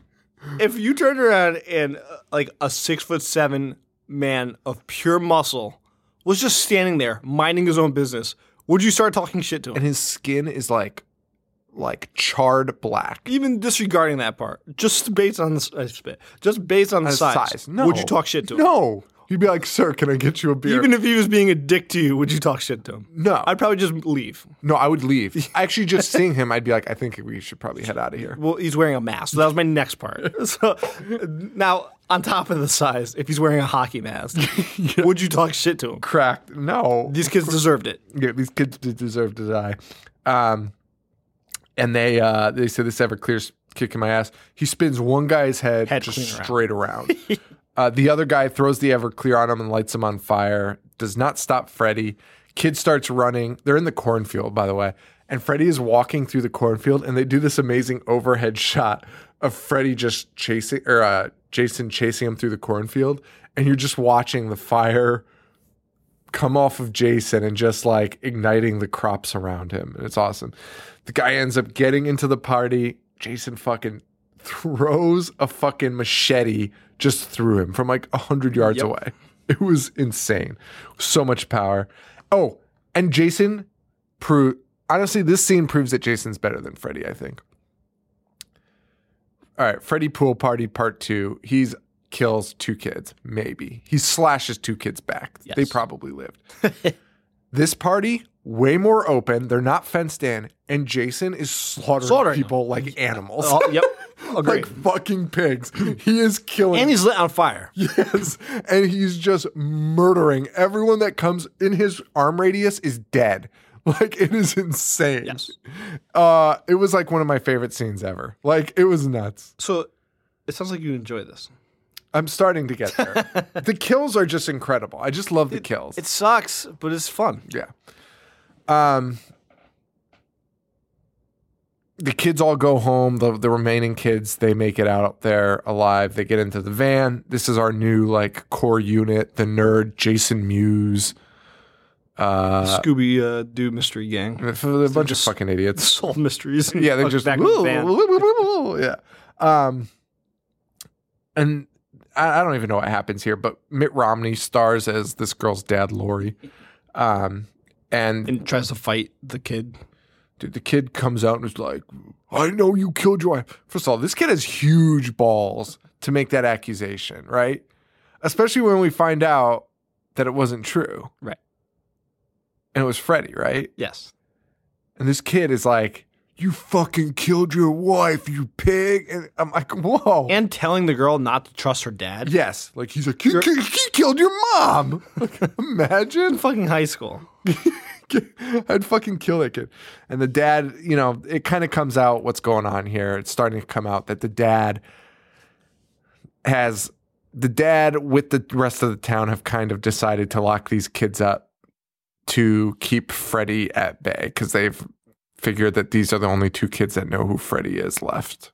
Speaker 2: if you turned around and uh, like a six foot seven man of pure muscle was just standing there minding his own business, would you start talking shit to him?
Speaker 1: and his skin is like like charred black.
Speaker 2: Even disregarding that part, just based on the s- I spit, just based on the size,
Speaker 1: Uh, Size. No.
Speaker 2: would you talk shit to him?
Speaker 1: No. You'd be like, sir, can I get you a beer?
Speaker 2: Even if he was being a dick to you, would you talk shit to him?
Speaker 1: no.
Speaker 2: I'd probably just leave.
Speaker 1: no, I would leave. Actually just seeing him, I'd be like, I think we should probably head out of here.
Speaker 2: Well, he's wearing a mask. So that was my next part. So now, on top of the size, if he's wearing a hockey mask, would you talk shit to him?
Speaker 1: Cracked. No.
Speaker 2: These kids deserved it.
Speaker 1: Yeah, these kids d- deserve to die. Um and they uh they said this Everclear's kicking my ass. He spins one guy's head,
Speaker 2: Head
Speaker 1: just
Speaker 2: clean around.
Speaker 1: straight around. uh, the other guy throws the Everclear on him and lights him on fire. Does not stop Freddy. Kid starts running. They're in the cornfield, by the way. And Freddy is walking through the cornfield, and they do this amazing overhead shot of Freddy just chasing or uh, Jason chasing him through the cornfield, and you're just watching the fire come off of Jason and just like igniting the crops around him. And it's awesome. The guy ends up getting into the party. Jason fucking throws a fucking machete just through him from like a hundred yards away. It was insane. So much power. Oh, and Jason pro honestly, this scene proves that Jason's better than Freddy, I think. All right, Freddy Pool Party Part Two. He's kills two kids, maybe. He slashes two kids back. They
Speaker 2: Yes.
Speaker 1: probably lived. this party, way more open. They're not fenced in, and Jason is slaughtering,
Speaker 2: Slaughtering them.
Speaker 1: people like animals.
Speaker 2: Oh, yep. Agreed.
Speaker 1: like fucking pigs. He is killing
Speaker 2: and he's lit on fire.
Speaker 1: Yes. And he's just murdering everyone that comes in his arm radius is dead. Like it is insane.
Speaker 2: Yes.
Speaker 1: Uh it was like one of my favorite scenes ever. Like it was nuts.
Speaker 2: So it sounds like you enjoy this.
Speaker 1: I'm starting to get there. the kills are just incredible. I just love the kills.
Speaker 2: It sucks, but it's fun.
Speaker 1: yeah. Um the kids all go home. The the remaining kids, they make it out there alive. They get into the van. This is our new like core unit, the nerd Jason Muse. Uh
Speaker 2: Scooby uh, Doo Mystery Gang.
Speaker 1: F- A bunch of fucking idiots.
Speaker 2: Solve mysteries.
Speaker 1: Yeah, they're just
Speaker 2: back in the van.
Speaker 1: yeah. Um, and I, I don't even know what happens here, but Mitt Romney stars as this girl's dad, Lori. Um, and
Speaker 2: and tries to fight the kid.
Speaker 1: dude, the kid comes out and is like, "I know you killed your wife." First of all, this kid has huge balls to make that accusation, right? Especially when we find out that it wasn't true,
Speaker 2: Right.
Speaker 1: And it was Freddie, right?
Speaker 2: Yes.
Speaker 1: And this kid is like, "You fucking killed your wife, you pig!" And I'm like, "Whoa!"
Speaker 2: And telling the girl not to trust her dad.
Speaker 1: yes, like he's like, "You, ki- he killed your mom." Like, imagine,
Speaker 2: Fucking high school.
Speaker 1: I'd fucking kill that kid. And the dad, you know, it kind of comes out what's going on here. It's starting to come out that the dad has the dad with the rest of the town have kind of decided to lock these kids up to keep Freddy at bay because they've figured that these are the only two kids that know who Freddy is left.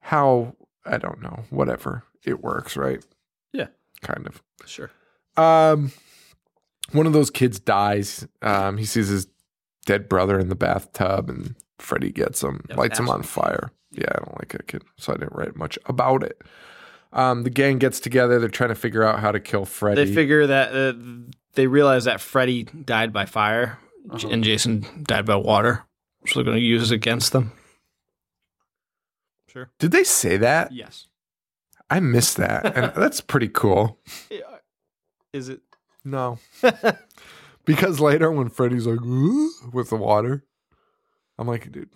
Speaker 1: How I don't know. Whatever. It works, right?
Speaker 2: Yeah.
Speaker 1: Kind of.
Speaker 2: Sure.
Speaker 1: Um, one of those kids dies. Um, he sees his dead brother in the bathtub, and Freddy gets him,
Speaker 2: Yeah,
Speaker 1: lights him on fire. Yeah, I don't like that kid, so I didn't write much about it. Um, the gang gets together. They're trying to figure out how to kill Freddy.
Speaker 2: They figure that uh, they realize that Freddy died by fire J- and Jason died by water. So they're going to use it against them. Sure.
Speaker 1: Did they say that?
Speaker 2: Yes.
Speaker 1: I missed that, and that's pretty cool.
Speaker 2: Is it?
Speaker 1: No, because later when Freddy's like "Ooh," with the water, I'm like, dude,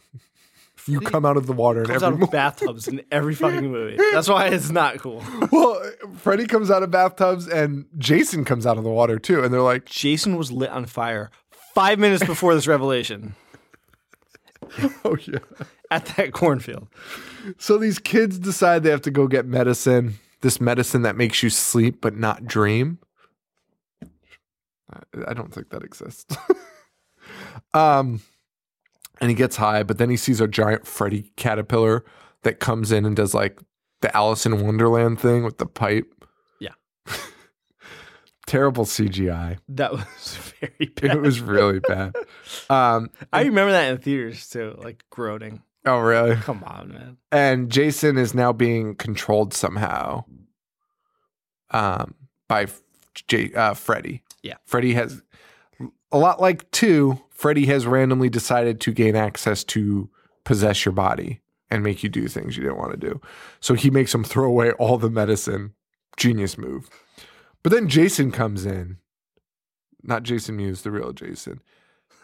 Speaker 1: you come out of the water and
Speaker 2: Comes
Speaker 1: every
Speaker 2: out of bathtubs in every fucking movie. That's why it's not cool.
Speaker 1: Well, Freddy comes out of bathtubs and Jason comes out of the water too. And they're like,
Speaker 2: Jason was lit on fire five minutes before this revelation
Speaker 1: oh, yeah.
Speaker 2: at that cornfield.
Speaker 1: So these kids decide they have to go get medicine, this medicine that makes you sleep but not dream. I- I don't think that exists. um, and he gets high, but then he sees a giant Freddy caterpillar that comes in and does like the Alice in Wonderland thing with the pipe.
Speaker 2: Yeah.
Speaker 1: Terrible CGI.
Speaker 2: That was very bad.
Speaker 1: It was really bad. Um,
Speaker 2: I remember that in theaters too, like groaning.
Speaker 1: oh, really?
Speaker 2: Come on, man.
Speaker 1: and Jason is now being controlled somehow um, by F- J- uh, Freddy.
Speaker 2: Yeah.
Speaker 1: Freddy has a lot like two. Freddy has randomly decided to gain access to possess your body and make you do things you didn't want to do. So he makes him throw away all the medicine. Genius move. But then Jason comes in, not Jason Mewes, the real Jason,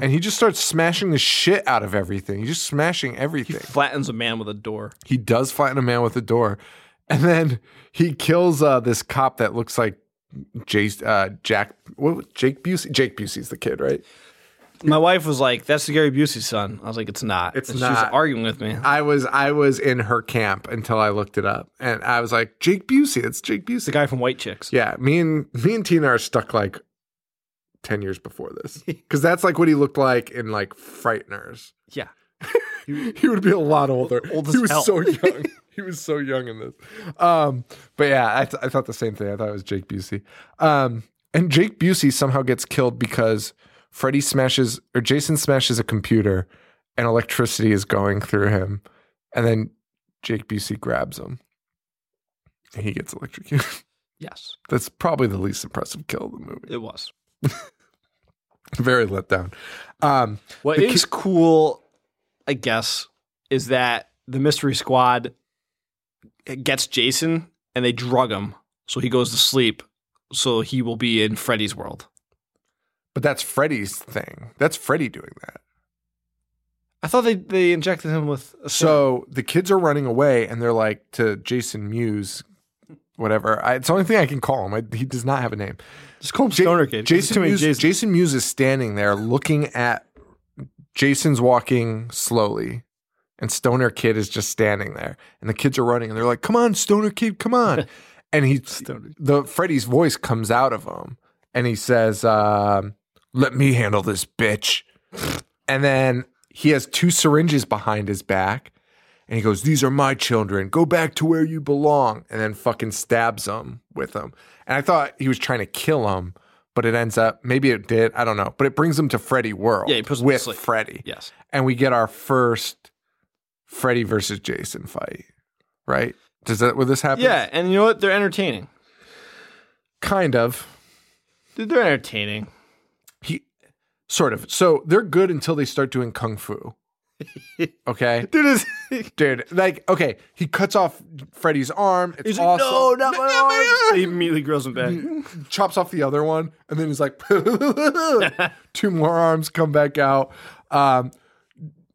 Speaker 1: and he just starts smashing the shit out of everything. He's just smashing
Speaker 2: He
Speaker 1: everything
Speaker 2: flattens a man with a door.
Speaker 1: he does flatten a man with a door, and then he kills uh, this cop that looks like Jace, uh, Jack. What Jake Busey? Jake Busey's the kid, right?
Speaker 2: My wife was like, "That's the Gary Busey son." I was like, "It's not."
Speaker 1: It's
Speaker 2: And She
Speaker 1: not.
Speaker 2: was arguing with me.
Speaker 1: I was I was in her camp until I looked it up, and I was like Jake Busey. It's Jake
Speaker 2: The
Speaker 1: Busey.
Speaker 2: guy from White Chicks.
Speaker 1: Yeah, me and me and Tina are stuck like ten years before this because that's like what he looked like in like Frighteners.
Speaker 2: Yeah.
Speaker 1: he would be a lot older.
Speaker 2: old
Speaker 1: he
Speaker 2: as
Speaker 1: was
Speaker 2: hell.
Speaker 1: so young. he was so young in this. Um, but yeah, I, th- I thought the same thing. I thought it was Jake Busey. Um, and Jake Busey somehow gets killed because Freddy smashes or Jason smashes a computer, and electricity is going through him, and then Jake Busey grabs him, and he gets electrocuted.
Speaker 2: Yes,
Speaker 1: That's probably the least impressive kill of the movie.
Speaker 2: it was.
Speaker 1: Very let down. Um,
Speaker 2: What is
Speaker 1: The ki-
Speaker 2: cool, I guess, is that the mystery squad gets Jason and they drug him so he goes to sleep so he will be in Freddy's world.
Speaker 1: but that's Freddy's thing. That's Freddy doing that.
Speaker 2: I thought they, they injected him with a
Speaker 1: So the kids are running away, and they're like to Jason Muse, whatever. I, it's the only thing I can call him. I, he does not have a name.
Speaker 2: just call him
Speaker 1: Ja-
Speaker 2: Stoner Kid. 'cause there's
Speaker 1: Jason Muse,
Speaker 2: Jasons.
Speaker 1: Jason Mewes is standing there looking at Jason's walking slowly, and Stoner Kid is just standing there, and the kids are running, and they're like, "Come on, Stoner Kid, come on!" and he,
Speaker 2: Stoner.
Speaker 1: the Freddy's voice comes out of him, and he says, um, "Let me handle this, bitch." and then he has two syringes behind his back, and he goes, These are my children. Go back to where you belong. And then fucking stabs him with them. And I thought he was trying to kill him, but it ends up, maybe it did. I don't know. But it brings him to Freddy World
Speaker 2: Yeah, he puts him to
Speaker 1: with
Speaker 2: sleep.
Speaker 1: Freddy.
Speaker 2: Yes.
Speaker 1: And we get our first Freddy versus Jason fight, right? Does that where this happens?
Speaker 2: Yeah, and you know what? They're entertaining.
Speaker 1: Kind of.
Speaker 2: Dude, they're entertaining.
Speaker 1: He sort of. So they're good until they start doing kung fu. Okay.
Speaker 2: Dude, is
Speaker 1: Dude, like, okay, he cuts off Freddy's arm. It's
Speaker 2: he's
Speaker 1: awesome.
Speaker 2: like, no, not
Speaker 1: Not my arm."
Speaker 2: my arm. He immediately grows him back.
Speaker 1: chops off the other one, and then he's like, two more arms come back out. Um,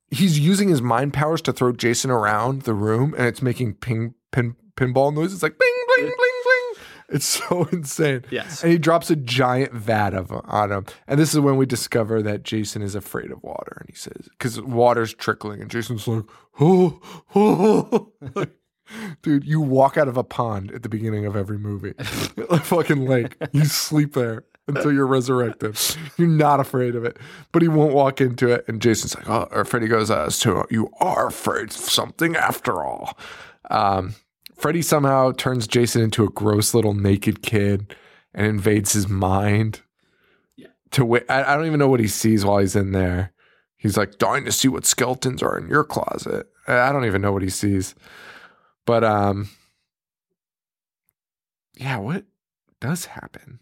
Speaker 1: he's using his mind powers to throw Jason around the room, and it's making ping pin pinball noises. It's like bling bling bling bling. It's so insane.
Speaker 2: Yes.
Speaker 1: and he drops a giant vat of on him, and this is when we discover that Jason is afraid of water, and he says because water's trickling, and Jason's like, oh, oh, oh. Dude, you walk out of a pond at the beginning of every movie. a fucking lake. You sleep there until you're resurrected. You're not afraid of it. But he won't walk into it. And Jason's like, oh, or Freddy goes, uh, so you are afraid of something after all. Um, Freddy somehow turns Jason into a gross little naked kid and invades his mind. To wait, I, I don't even know what he sees while he's in there. He's like dying to see what skeletons are in your closet. I I don't even know what he sees. But um yeah, what does happen?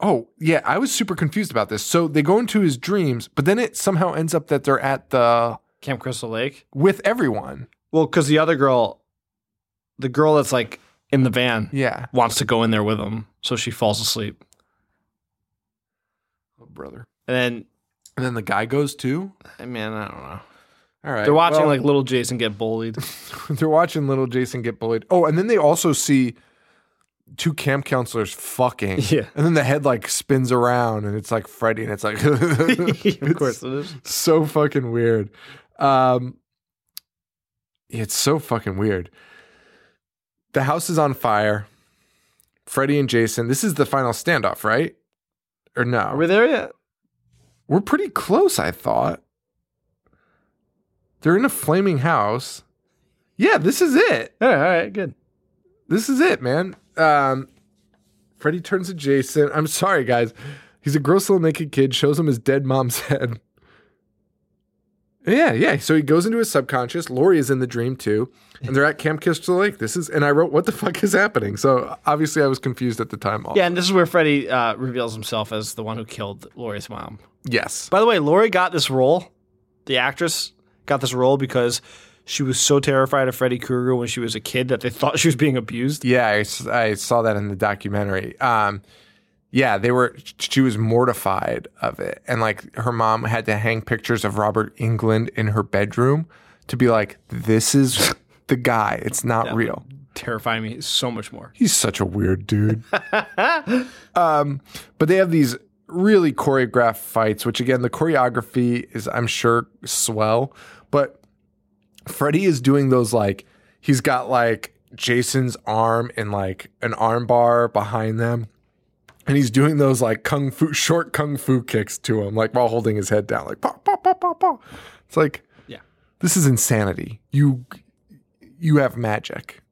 Speaker 1: Oh, yeah, I was super confused about this. So they go into his dreams, but then it somehow ends up that they're at the
Speaker 2: Camp Crystal Lake.
Speaker 1: with everyone.
Speaker 2: Well, because the other girl, the girl that's like in the van,
Speaker 1: Yeah.
Speaker 2: wants to go in there with him, so she falls asleep.
Speaker 1: Oh, brother.
Speaker 2: And then,
Speaker 1: And then the guy goes too.
Speaker 2: I mean, I don't know.
Speaker 1: All right.
Speaker 2: They're watching
Speaker 1: well,
Speaker 2: like little Jason get bullied.
Speaker 1: they're watching little Jason get bullied. Oh, and then they also see two camp counselors fucking.
Speaker 2: Yeah.
Speaker 1: And then the head like spins around and it's like Freddy and it's like
Speaker 2: of course it is.
Speaker 1: so fucking weird. Um, it's so fucking weird. The house is on fire. Freddy and Jason. This is the final standoff, right? Or no?
Speaker 2: Are we there yet?
Speaker 1: We're pretty close, I thought. They're in a flaming house. Yeah, this is it.
Speaker 2: Yeah, all right, good.
Speaker 1: This is it, man. Um, Freddy turns to Jason. I'm sorry, guys. He's a gross little naked kid, shows him his dead mom's head. Yeah, yeah. So he goes into his subconscious. Lori is in the dream too. And they're at Camp Crystal Lake. This is, and I wrote, What the fuck is happening? So obviously I was confused at the time.
Speaker 2: Yeah, and this is where Freddy uh, reveals himself as the one who killed Laurie's mom.
Speaker 1: Yes.
Speaker 2: By the way, Laurie got this role. The actress got this role because she was so terrified of Freddy Krueger when she was a kid that they thought she was being abused.
Speaker 1: Yeah, I, s- I saw that in the documentary. Um, yeah, they were. She was mortified of it, and like her mom had to hang pictures of Robert England in her bedroom to be like, "This is the guy. It's not real."
Speaker 2: Terrifying me so much more.
Speaker 1: He's such a weird dude. um, but they have these really choreographed fights, which again, the choreography is, I'm sure, swell. But Freddy is doing those like he's got like Jason's arm in like an arm bar behind them. And he's doing those like kung fu short kung fu kicks to him, like while holding his head down, like pa pa pa pa pa. It's like,
Speaker 2: Yeah.
Speaker 1: this is insanity. You you have magic.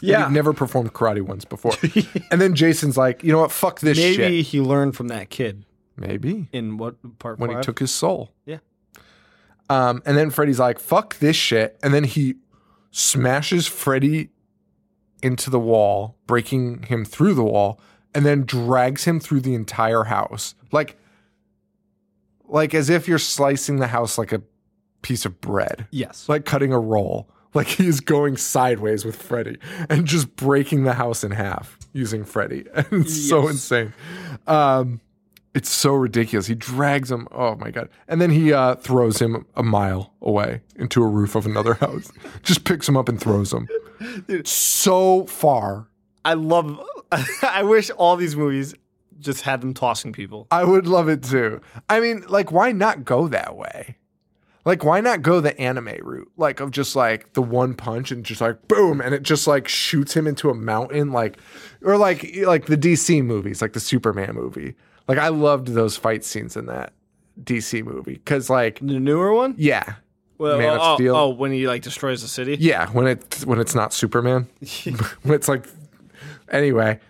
Speaker 1: You've never performed karate once before. and then Jason's like, you know what? Fuck this
Speaker 2: Maybe
Speaker 1: shit.
Speaker 2: he learned from that kid
Speaker 1: Maybe.
Speaker 2: in what part
Speaker 1: When he
Speaker 2: five?
Speaker 1: took his soul.
Speaker 2: Yeah.
Speaker 1: Um, and then Freddy's like, fuck this shit. And then he smashes Freddy into the wall, breaking him through the wall, and then drags him through the entire house. Like like as if you're slicing the house like a piece of bread.
Speaker 3: Yes.
Speaker 1: Like cutting a roll. Like he is going sideways with Freddy and just breaking the house in half using Freddy. And it's so
Speaker 3: Yes.
Speaker 1: insane. Um it's so ridiculous. He drags him. Oh my god! And then he uh, throws him a mile away into a roof of another house. Just picks him up and throws him so far.
Speaker 3: I love. I wish all these movies just had them tossing people.
Speaker 1: I would love it too. I mean, like, why not go that way? Like, why not go the anime route? Like, of just like the one punch and just like boom, and it just like shoots him into a mountain, like, or like e, like the DC movies, like the Superman movie. Like, I loved those fight scenes in that DC movie because, like,
Speaker 3: The newer one?
Speaker 1: yeah,
Speaker 3: Well,
Speaker 1: Man of
Speaker 3: oh,
Speaker 1: Steel.
Speaker 3: oh, when he like destroys the city.
Speaker 1: Yeah, when it when it's not Superman. when it's like anyway.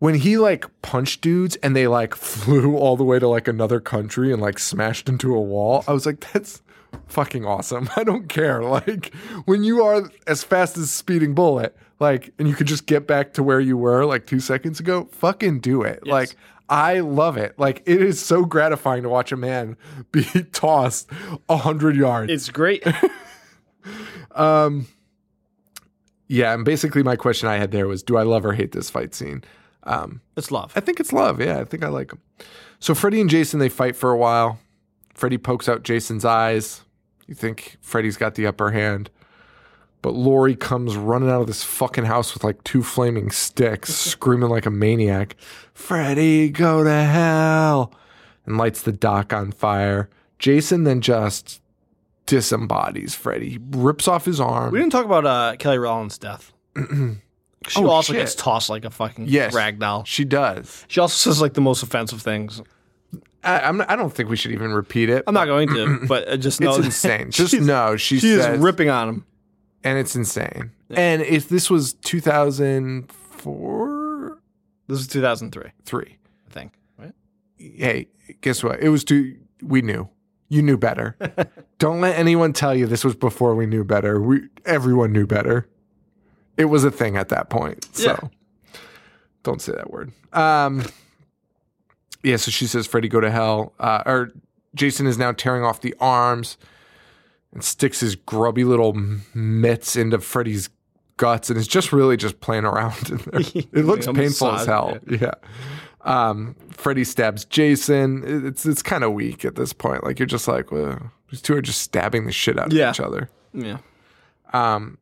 Speaker 1: When he like punched dudes and they like flew all the way to like another country and like smashed into a wall, I was like, that's fucking awesome. I don't care. Like when you are as fast as a speeding bullet, like and you could just get back to where you were like two seconds ago, fucking do it. Like I love it. Like it is so gratifying to watch a man be tossed a hundred yards.
Speaker 2: It's great.
Speaker 1: Yeah, and basically my question I had there was, do I love or hate this fight scene?
Speaker 3: It's love.
Speaker 1: I think it's love. Yeah, I think I like him. So Freddy and Jason they fight for a while. Freddy pokes out Jason's eyes. You think Freddy's got the upper hand, but Lori comes running out of this fucking house with like two flaming sticks, screaming like a maniac. Freddy, go to hell! And lights the dock on fire. Jason then just disembodies Freddy. He rips off his arm.
Speaker 3: We didn't talk about uh, Kelly Rollins' death. she
Speaker 1: Oh,
Speaker 3: also
Speaker 1: shit.
Speaker 3: gets tossed like a fucking
Speaker 1: Yes.
Speaker 3: rag doll.
Speaker 1: She does.
Speaker 3: She also says like the most offensive things.
Speaker 1: I, I'm, I don't think we should even repeat it.
Speaker 3: I'm not going to, but I just know
Speaker 1: it's
Speaker 3: that
Speaker 1: insane. Just
Speaker 3: she's-
Speaker 1: no, she,
Speaker 3: She
Speaker 1: says-
Speaker 3: is ripping on him.
Speaker 1: and it's insane. And if this was 2004,
Speaker 3: This is 2003,
Speaker 1: three,
Speaker 3: I think. Right?
Speaker 1: hey, guess what? It was two. We knew. You knew better. don't let anyone tell you this was before we knew better. We everyone knew better. It was a thing at that point. So
Speaker 3: Yeah.
Speaker 1: don't say that word. Um, yeah. So she says, "Freddy, go to hell." Uh, or Jason is now tearing off the arms and sticks his grubby little mitts into Freddy's guts and is just really just playing around in there. It looks
Speaker 3: Like a
Speaker 1: painful
Speaker 3: massage,
Speaker 1: as hell. Yeah. Um, Freddy stabs Jason. It- It's it's kind of weak at this point. Like you're just like, well, these two are just stabbing the shit out of
Speaker 3: Yeah.
Speaker 1: each other.
Speaker 3: Yeah.
Speaker 1: Um,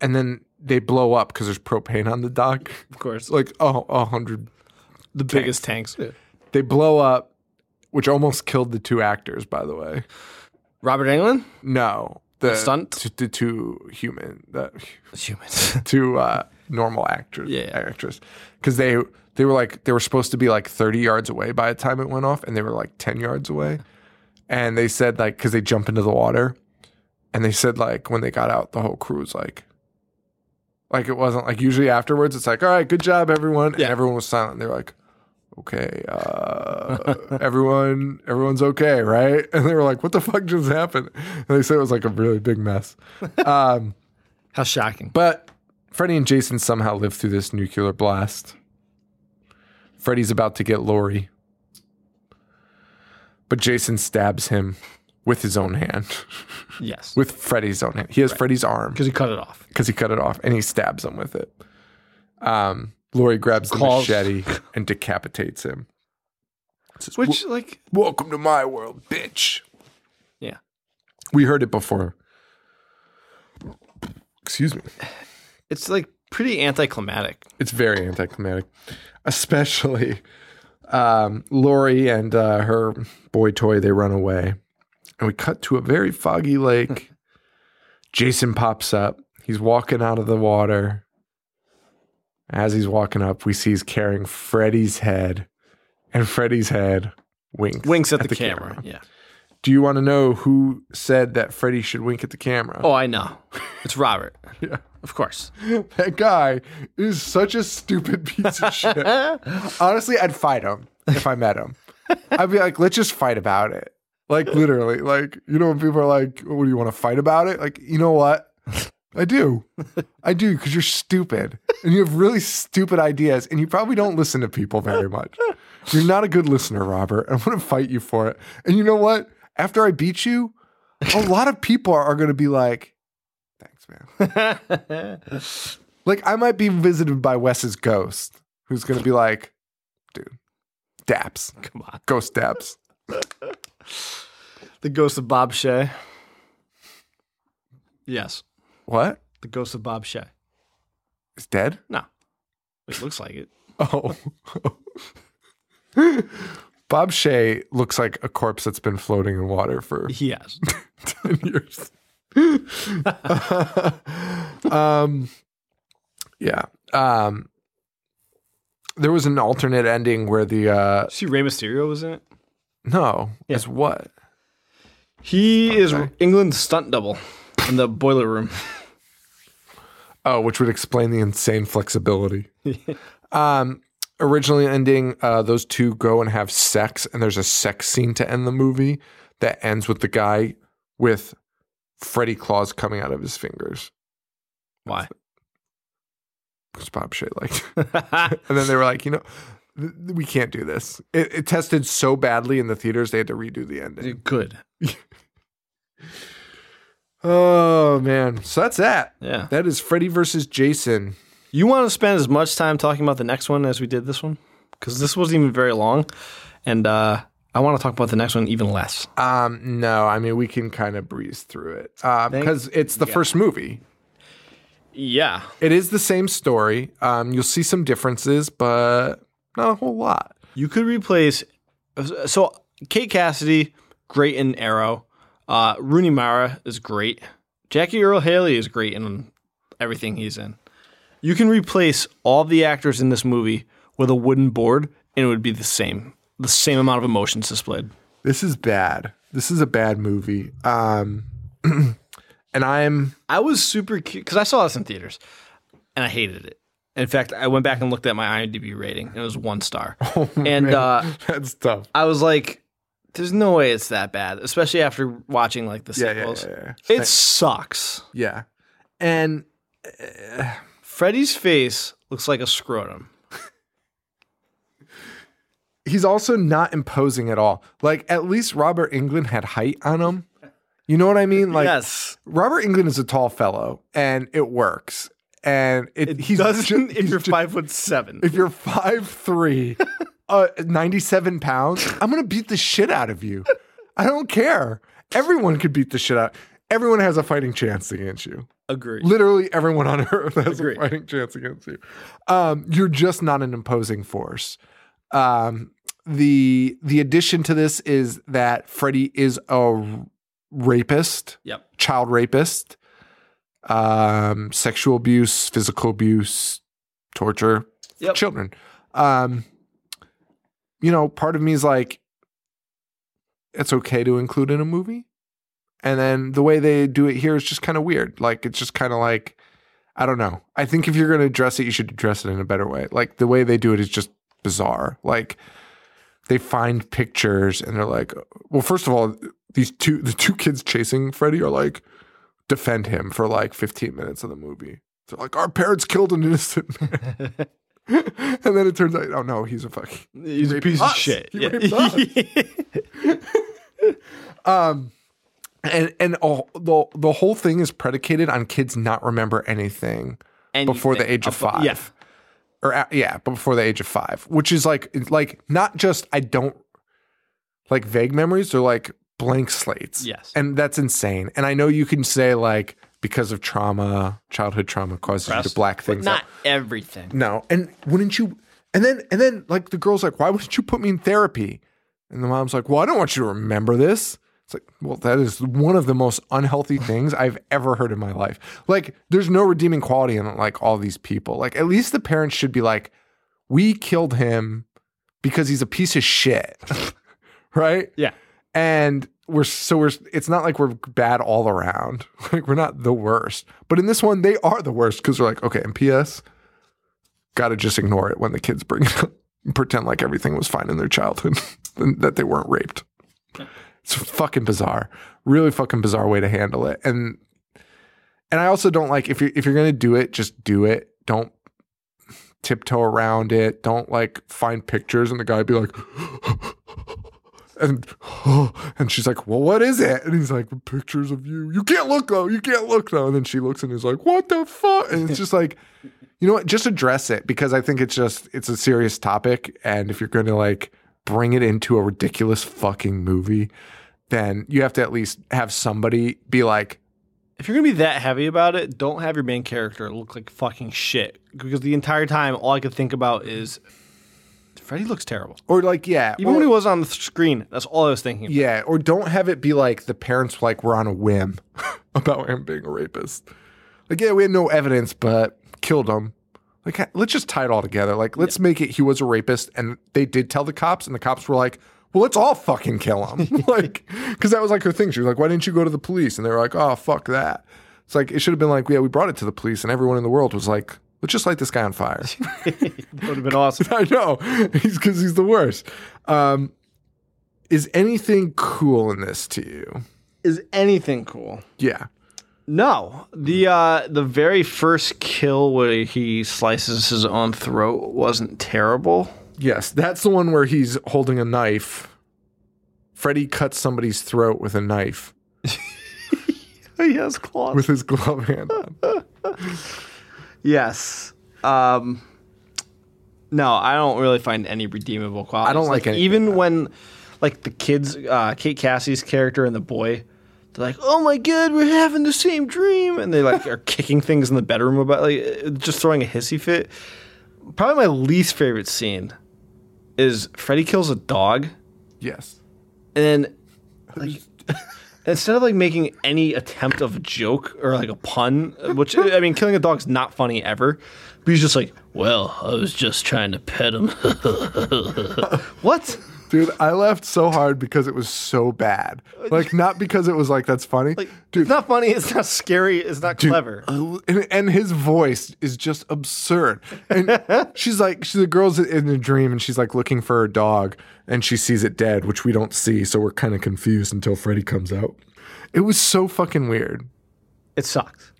Speaker 1: and then they blow up because there's propane on the dock.
Speaker 3: Of course.
Speaker 1: It's like oh, a hundred.
Speaker 3: the biggest tanks.
Speaker 1: They blow up, which almost killed the two actors. By the way,
Speaker 3: Robert Englund?
Speaker 1: no, the
Speaker 3: stunt?
Speaker 1: t- the two human, the
Speaker 3: Humans.
Speaker 1: two uh, normal actors,
Speaker 3: Yeah.
Speaker 1: actress, because they they were like they were supposed to be like thirty yards away by the time it went off, and they were like ten yards away, and they said like because they jump into the water, and they said like when they got out, the whole crew was like, like it wasn't like usually afterwards, it's like all right, good job everyone, and
Speaker 3: Yeah.
Speaker 1: everyone was silent. and They were like. Okay, uh, everyone, everyone's okay, right? And they were like, "What the fuck just happened?" And they said it was like a really big mess. Um,
Speaker 3: How shocking.
Speaker 1: but Freddy and Jason somehow live through this nuclear blast. Freddy's about to get Lori. But Jason stabs him with his own hand,
Speaker 3: Yes.
Speaker 1: with Freddy's own hand. He has Freddy's arm
Speaker 3: Because he cut it off.
Speaker 1: because he cut it off and he stabs him with it. Um, Lori grabs the
Speaker 3: Claws.
Speaker 1: machete and decapitates him. Says,
Speaker 3: Which, like,
Speaker 1: "Wel- welcome to my world, bitch.
Speaker 3: Yeah.
Speaker 1: We heard it before. Excuse me.
Speaker 3: it's like pretty anticlimactic.
Speaker 1: it's very anticlimactic, especially um, Lori and uh, her boy toy. They run away, and we cut to a very foggy lake. Jason pops up. He's walking out of the water. As he's walking up, we see he's carrying Freddy's head, and Freddy's head winks.
Speaker 3: Winks at, the,
Speaker 1: the
Speaker 3: camera.
Speaker 1: camera.
Speaker 3: Yeah.
Speaker 1: Do you want to know who said that Freddy should wink at the camera?
Speaker 3: Oh, I know. It's Robert.
Speaker 1: Yeah.
Speaker 3: Of course.
Speaker 1: That guy is such a stupid piece of shit. Honestly, I'd fight him if I met him. I'd be like, let's just fight about it. Like literally, like you know when people are like, "What do you want to fight about it?" Like you know what? I do. I do because you're stupid and you have really stupid ideas and you probably don't listen to people very much. You're not a good listener, Robert. I'm going to fight you for it. And you know what? After I beat you, a lot of people are, going to be like, thanks, man. like, I might be visited by Wes's ghost who's going to be like, dude, daps,
Speaker 2: Come on.
Speaker 1: ghost daps.
Speaker 2: The ghost of Bob Shea. Yes.
Speaker 1: What?
Speaker 2: The ghost of Bob Shea.
Speaker 1: He's dead?
Speaker 2: No. It looks like it.
Speaker 1: Oh. Bob Shea looks like a corpse that's been floating in water for
Speaker 2: Yes.
Speaker 1: 10 years. um, yeah. Um, there was an alternate ending where the, uh,
Speaker 2: See, Rey Mysterio was in it.
Speaker 1: no,
Speaker 2: Yeah.
Speaker 1: is what?
Speaker 2: He is England's stunt double in the boiler room.
Speaker 1: Oh, which would explain the insane flexibility. um, originally ending, uh, those two go and have sex, and there's a sex scene to end the movie that ends with the guy with Freddy claws coming out of his fingers
Speaker 2: Why?
Speaker 1: because Bob Shea liked. it. and then they were like, you know, th- th- we can't do this. It, it tested so badly in the theaters they had to redo the ending.
Speaker 2: Good.
Speaker 1: Oh man, so that's that.
Speaker 2: Yeah.
Speaker 1: That is Freddy versus Jason.
Speaker 2: You want to spend as much time talking about the next one as we did this one? Because this wasn't even very long. And uh, I want to talk about the next one even less.
Speaker 1: Um, no, I mean we can kind of breeze through it uh, because it's the first movie.
Speaker 2: Yeah.
Speaker 1: It is the same story. Um, you'll see some differences, but not a whole lot.
Speaker 2: You could replace. So Kate Cassidy, great in Arrow. Uh, Rooney Mara is great. Jackie Earl Haley is great in everything he's in. You can replace all the actors in this movie with a wooden board, and it would be the same. The same amount of emotions displayed.
Speaker 1: This is bad. This is a bad movie. Um, and I'm
Speaker 2: I was super cute because I saw this in theaters, and I hated it. In fact, I went back and looked at my IMDb rating, and it was one star. and uh,
Speaker 1: that's tough.
Speaker 2: I was like, "There's no way it's that bad," especially after watching like the
Speaker 1: Yeah, yeah,
Speaker 2: sequels.
Speaker 1: yeah,
Speaker 2: It sucks.
Speaker 1: yeah. And
Speaker 2: Freddy's face looks like a scrotum.
Speaker 1: he's also not imposing at all. Like at least Robert England had height on him. You know what I mean? Like
Speaker 2: yes,
Speaker 1: Robert England is a tall fellow, and it works. And it,
Speaker 2: it
Speaker 1: he's
Speaker 2: doesn't.
Speaker 1: ju-
Speaker 2: if
Speaker 1: he's
Speaker 2: you're
Speaker 1: ju-
Speaker 2: five foot seven,
Speaker 1: if you're five three, uh, ninety seven pounds, I'm gonna beat the shit out of you. I don't care. Everyone could beat the shit out. Everyone has a fighting chance against you.
Speaker 2: agree.
Speaker 1: Literally, everyone on earth has
Speaker 2: Agree.
Speaker 1: a fighting chance against you. Um, you're just not an imposing force. Um, the the addition to this is that Freddy is a r- rapist
Speaker 2: Yep.
Speaker 1: child rapist, um, sexual abuse, physical abuse, torture, for
Speaker 2: Yep.
Speaker 1: children. Um, you know, part of me is like, it's okay to include in a movie. And then the way they do it here is just kind of weird. Like, it's just kind of like, I don't know. I think if you're going to address it, you should address it in a better way. Like, the way they do it is just bizarre. Like, they find pictures and they're like, well, first of all, these two the two kids chasing Freddy are like defend him for like 15 minutes of the movie. They're like, our parents killed an innocent man. and then it turns out, oh no, he's a fucking
Speaker 2: He's a piece
Speaker 1: us.
Speaker 2: of shit.
Speaker 1: He
Speaker 2: Yeah.
Speaker 1: raped and and all, the the whole thing is predicated on kids not remember anything before the
Speaker 2: Anything.
Speaker 1: age of
Speaker 2: Abo-
Speaker 1: five.
Speaker 2: Yeah.
Speaker 1: or uh, yeah, but before the age of five, which is like it's like not just I don't like vague memories, they're like blank slates.
Speaker 2: Yes.
Speaker 1: and that's insane. And I know you can say like because of trauma, childhood trauma causes you to
Speaker 2: Repressed,
Speaker 1: black things.
Speaker 2: Not
Speaker 1: out.
Speaker 2: everything.
Speaker 1: no, and wouldn't you? And then and then like the girl's like, why wouldn't you put me in therapy? And the mom's like, well, I don't want you to remember this. It's like, well, that is one of the most unhealthy things I've ever heard in my life. Like, there's no redeeming quality in like all these people. Like, at least the parents should be like, we killed him because he's a piece of shit, right?
Speaker 2: Yeah.
Speaker 1: And we're so we're it's not like we're bad all around. Like we're not the worst. But in this one, they are the worst because they're like, okay, and PS, gotta just ignore it when the kids bring it up. and Pretend like everything was fine in their childhood and that they weren't raped. It's fucking bizarre. Really fucking bizarre way to handle it. And And I also don't like if you if you're gonna do it, just do it. Don't tiptoe around it. Don't like find pictures and the guy be like, and and she's like, well, what is it? And he's like, pictures of you. You can't look though. You can't look though. And then she looks and is like, what the fuck? And it's just like, you know what? Just address it because I think it's just it's a serious topic. And if you're gonna like bring it into a ridiculous fucking movie, then you have to at least have somebody be like,
Speaker 2: If you're gonna be that heavy about it, don't have your main character look like fucking shit. Because the entire time, all I could think about is Freddy looks terrible.
Speaker 1: or like, yeah,
Speaker 2: Even
Speaker 1: or-
Speaker 2: when he was on the screen, that's all I was thinking. About.
Speaker 1: Yeah, or don't have it be like the parents like were on a whim about him being a rapist. Like, yeah, we had no evidence, but killed him. Like, ha- let's just tie it all together. Like, let's make it he was a rapist, and they did tell the cops, and the cops were like, "Well, let's all fucking kill him." like, because that was like her thing. She was like, "Why didn't you go to the police?" And they were like, "Oh, fuck that." It's like it should have been like, "Yeah, we brought it to the police," and everyone in the world was like, "Let's just light this guy on fire."
Speaker 2: That would have been awesome.
Speaker 1: I know. He's because he's the worst. Um, is anything cool in this to you?
Speaker 2: Is anything cool?
Speaker 1: Yeah.
Speaker 2: No, the uh, the very first kill where he slices his own throat wasn't terrible.
Speaker 1: Yes. That's the one where he's holding a knife. Freddy cuts somebody's throat with a knife
Speaker 2: He has claws.
Speaker 1: with his glove hand on.
Speaker 2: Yes. Um, no, I don't really find any redeemable qualities.
Speaker 1: I don't like anything
Speaker 2: even when like the kids, uh, Kate Cassie's character and the boy, they're like, "Oh my god, we're having the same dream," and they like are kicking things in the bedroom about like uh, just throwing a hissy fit. Probably my least favorite scene is Freddy kills a dog
Speaker 1: Yes.
Speaker 2: and then like instead of like making any attempt of a joke or like a pun uh, which i mean killing a dog's not funny ever but he's just like well i was just trying to pet him what
Speaker 1: Dude, I laughed so hard because it was so bad. Like, not because it was like, that's funny. Dude,
Speaker 2: it's not funny it's not scary it's not clever
Speaker 1: Uh, and, and his voice is just absurd. And she's like, she's the girl's in a dream, and she's like looking for her dog, and she sees it dead, which we don't see, so we're kind of confused until Freddy comes out. It was so fucking weird.
Speaker 2: it sucked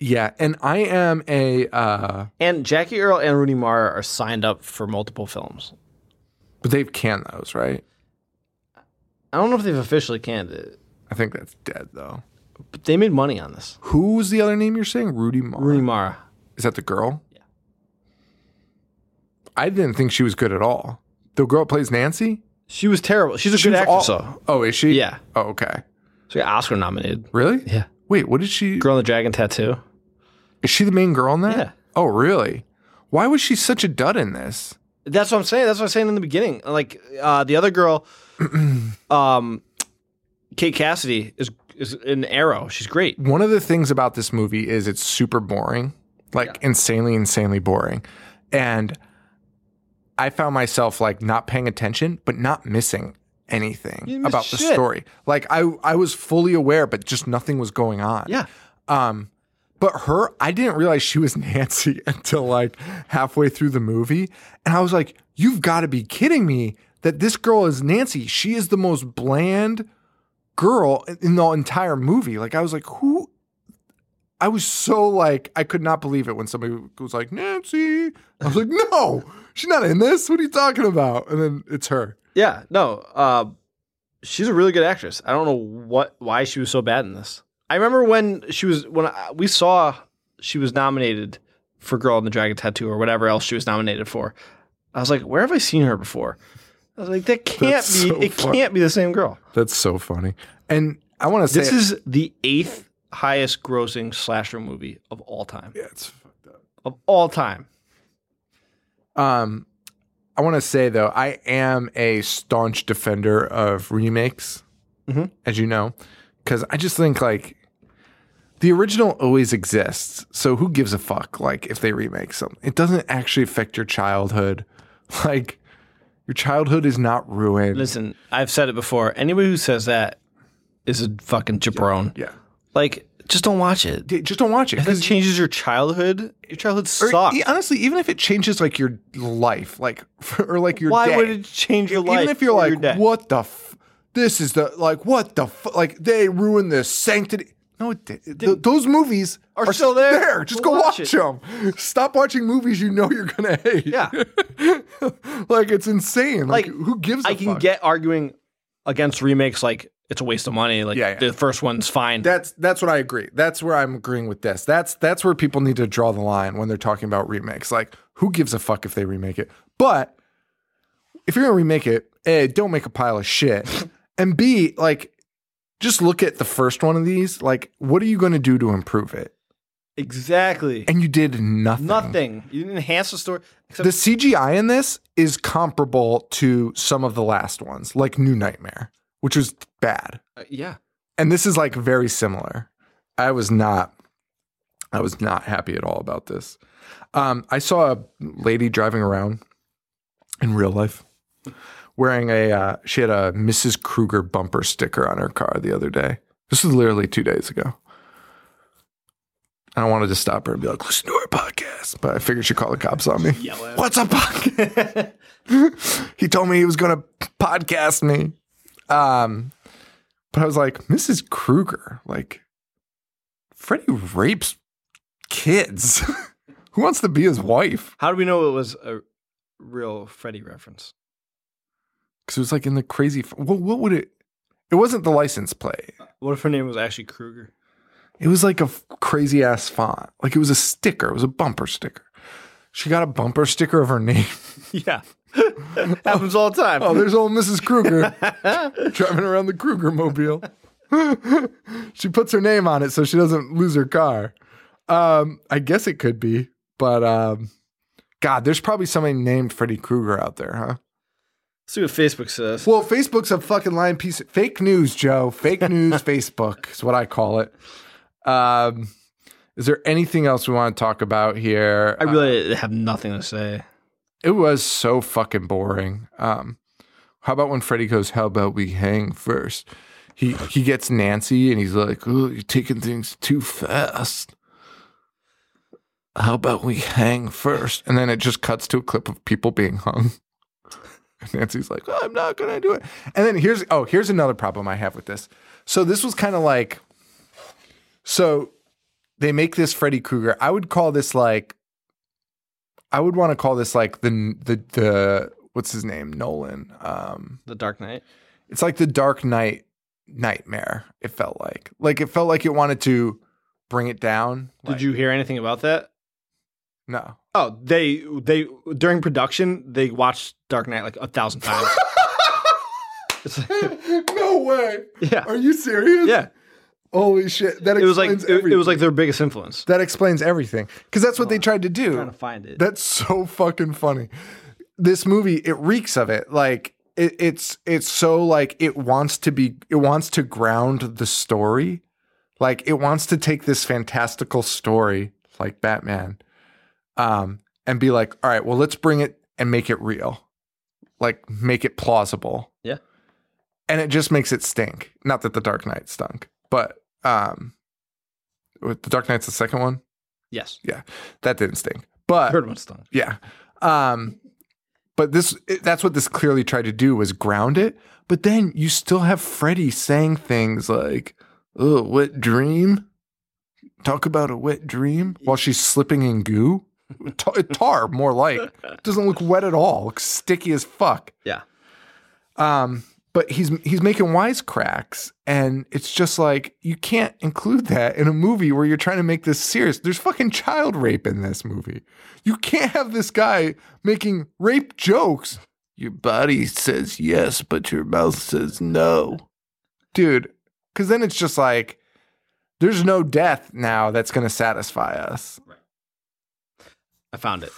Speaker 1: Yeah, and I am a, uh,
Speaker 2: and jackie earl and rooney mara are signed up for multiple films
Speaker 1: but they've canned those, right?
Speaker 2: i don't know if they've officially canned it
Speaker 1: I think that's dead though.
Speaker 2: but they made money on this
Speaker 1: Who was the other name you're saying? Rudy Mara.
Speaker 2: rooney mara
Speaker 1: Is that the girl? Yeah. I didn't think she was good at all. The girl that plays Nancy.
Speaker 2: she was terrible she's a
Speaker 1: She
Speaker 2: good
Speaker 1: was
Speaker 2: actress
Speaker 1: all-
Speaker 2: though
Speaker 1: Oh, is she?
Speaker 2: yeah
Speaker 1: Oh, okay.
Speaker 2: she got oscar nominated
Speaker 1: Really?
Speaker 2: yeah
Speaker 1: Wait, what did she?
Speaker 2: girl in the dragon tattoo
Speaker 1: Is she the main girl in that?
Speaker 2: Yeah.
Speaker 1: Oh, really? Why was she such a dud in this?
Speaker 2: That's what I'm saying. That's what I was saying in the beginning. Like uh, the other girl, um, Kate Cassidy is is an arrow. She's great.
Speaker 1: One of the things about this movie is it's super boring, like insanely, insanely boring. And I found myself like not paying attention, but not missing anything
Speaker 2: You missed
Speaker 1: about the
Speaker 2: shit.
Speaker 1: story. Like I, I was fully aware, but just nothing was going on.
Speaker 2: Yeah.
Speaker 1: Um, but her, I didn't realize she was Nancy until like halfway through the movie. And I was like, you've got to be kidding me that this girl is Nancy. She is the most bland girl in the entire movie. Like, I was like, who? I was so like, I could not believe it when somebody was like, Nancy. I was like, no, she's not in this. What are you talking about? And then it's her.
Speaker 2: Yeah. No. Uh, she's a really good actress. I don't know what why she was so bad in this. I remember when she was when I, we saw she was nominated for Girl in the Dragon Tattoo or whatever else she was nominated for. I was like, where have I seen her before? I was like, that can't
Speaker 1: That's
Speaker 2: be.
Speaker 1: so
Speaker 2: it
Speaker 1: funny.
Speaker 2: can't be the same girl.
Speaker 1: That's so funny. And I want to say,
Speaker 2: This is the eighth highest grossing slasher movie of all time.
Speaker 1: Yeah, it's
Speaker 2: Of all time.
Speaker 1: Um, I want to say though, I am a staunch defender of remakes,
Speaker 2: Mhm.
Speaker 1: as you know, because I just think like the original always exists. So who gives a fuck? Like if they remake something, it doesn't actually affect your childhood. Like your childhood is not ruined.
Speaker 2: Listen, I've said it before. Anybody who says that is a fucking jabron.
Speaker 1: yeah,
Speaker 2: Like, just don't watch it.
Speaker 1: D- just don't watch it.
Speaker 2: If that
Speaker 1: 'cause-
Speaker 2: changes your childhood, your childhood
Speaker 1: or,
Speaker 2: sucks.
Speaker 1: e- honestly, even if it changes like your life, like or like your
Speaker 2: Why
Speaker 1: day,
Speaker 2: would it change your life?
Speaker 1: even if you're
Speaker 2: or
Speaker 1: like,
Speaker 2: your day?
Speaker 1: what the, f- this is the like, what the, f-? like they ruined the sanctity. No, it, did- th- those movies
Speaker 2: Are still there.
Speaker 1: Just
Speaker 2: Go
Speaker 1: go
Speaker 2: watch
Speaker 1: watch,
Speaker 2: it.
Speaker 1: them. Stop watching movies you know you're gonna hate.
Speaker 2: Yeah.
Speaker 1: like it's insane. Like,
Speaker 2: Like,
Speaker 1: who gives? I
Speaker 2: I can get arguing against remakes like it's a waste of money. Like
Speaker 1: Yeah, yeah.
Speaker 2: the first one's fine.
Speaker 1: That's that's what I agree. That's where I'm agreeing with this. That's that's where people need to draw the line when they're talking about remakes. Like, who gives a fuck if they remake it? But if you're gonna remake it, A, don't make a pile of shit. and B, like just look at the first one of these. Like, what are you gonna do to improve it?
Speaker 2: exactly.
Speaker 1: And you did nothing.
Speaker 2: Nothing. You didn't enhance the story. Except
Speaker 1: The CGI in this is comparable to some of the last ones, like New Nightmare, which was bad.
Speaker 3: Uh, yeah.
Speaker 1: and this is like very similar. I was not, I was not happy at all about this. Um, I saw a lady driving around in real life wearing a, uh, she had a Mrs. Kruger bumper sticker on her car the other day. This was literally two days ago. I wanted to stop her and be like, listen to our podcast, but I figured she'd call the cops on me. What's a podcast? he told me he was going to podcast me. Um, but I was like, Mrs. Kruger, like, Freddy rapes kids. Who wants to be his wife?
Speaker 2: how do we know it was a real Freddy reference?
Speaker 1: Because it was like in the crazy. F- what, what would it? It wasn't the license plate.
Speaker 2: What if her name was actually Krueger?
Speaker 1: It was like a crazy ass font. Like it was a sticker. It was a bumper sticker. She got a bumper sticker of her name.
Speaker 2: Yeah. Happens all the time.
Speaker 1: Oh, there's old Mrs. Kruger driving around the Kruger mobile. she puts her name on it so she doesn't lose her car. Um, I guess it could be, but um, God, there's probably somebody named Freddy Krueger out there, huh?
Speaker 2: see what Facebook says.
Speaker 1: Well, Facebook's a fucking lying piece. Of, fake news, Joe. Fake news, Facebook is what I call it. Um, is there anything else we want to talk about here?
Speaker 3: I
Speaker 2: Uh,
Speaker 3: really have nothing to say.
Speaker 1: It was so fucking boring. Um, how about when Freddy goes, "How about we hang first? He he gets Nancy and he's like, "Oh, you're taking things too fast. How about we hang first? And then it just cuts to a clip of people being hung. And Nancy's like, "Oh, "I'm not gonna do it." And then here's oh here's another problem I have with this. So this was kind of like, so they make this Freddy Krueger. I would call this like I would want to call this like the the the what's his name Nolan. Um,
Speaker 2: The Dark Knight.
Speaker 1: it's like the Dark Knight nightmare. It felt like like it felt like it wanted to bring it down.
Speaker 2: Did you hear anything about that?
Speaker 1: No.
Speaker 2: Oh, they they during production they watched Dark Knight like a thousand times. It's like-
Speaker 1: no way.
Speaker 2: yeah,
Speaker 1: Are you serious?
Speaker 2: yeah.
Speaker 1: Holy shit. That
Speaker 2: It was like
Speaker 1: explains
Speaker 2: it, it was
Speaker 1: everything.
Speaker 2: like their biggest influence.
Speaker 1: that explains everything because that's what they tried to do.
Speaker 2: trying to find it.
Speaker 1: That's so fucking funny. This movie, it reeks of it. Like it, it's it's so like it wants to be it wants to ground the story. Like it wants to take this fantastical story like Batman um and be like, "All right, well let's bring it and make it real." Like make it plausible.
Speaker 2: Yeah.
Speaker 1: And it just makes it stink. Not that The Dark Knight stunk, but um with The Dark Knight's the second one.
Speaker 2: yes,
Speaker 1: That didn't stink. But
Speaker 2: third one's done.
Speaker 1: yeah. Um, but this it- that's what this clearly tried to do was ground it. But then you still have Freddy saying things like, "Oh, wet dream." Talk about a wet dream while she's slipping in goo. Ta- Tar, more like. Doesn't look wet at all. Looks sticky as fuck.
Speaker 2: Yeah.
Speaker 1: Um, but he's he's making wisecracks, and it's just like you can't include that in a movie where you're trying to make this serious. There's fucking child rape in this movie. You can't have this guy making rape jokes. Your body says yes, but your mouth says no. Dude, because then it's just like, there's no death now that's going to satisfy us.
Speaker 3: I found it.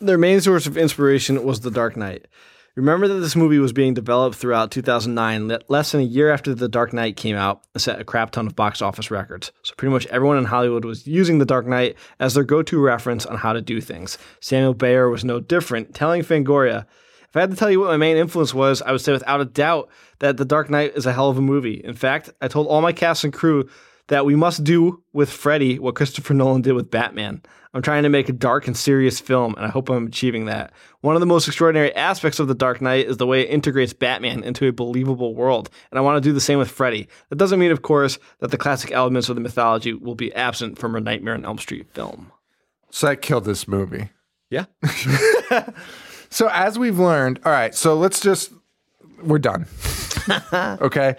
Speaker 2: Their main source of inspiration was The Dark Knight. Remember that this movie was being developed throughout 2009, le- less than a year after The Dark Knight came out and set a crap ton of box office records. So pretty much everyone in Hollywood was using The Dark Knight as their go-to reference on how to do things. Samuel Bayer was no different, telling Fangoria, "If I had to tell you what my main influence was, I would say without a doubt that The Dark Knight is a hell of a movie. In fact, I told all my cast and crew that we must do with Freddy what Christopher Nolan did with Batman. I'm trying to make a dark and serious film, and I hope I'm achieving that. One of the most extraordinary aspects of The Dark Knight is the way it integrates Batman into a believable world, and I want to do the same with Freddy. That doesn't mean, of course, that the classic elements of the mythology will be absent from a Nightmare on Elm Street film.
Speaker 1: So that killed this movie.
Speaker 2: Yeah.
Speaker 1: So as we've learned, all right, so let's just we're done. okay.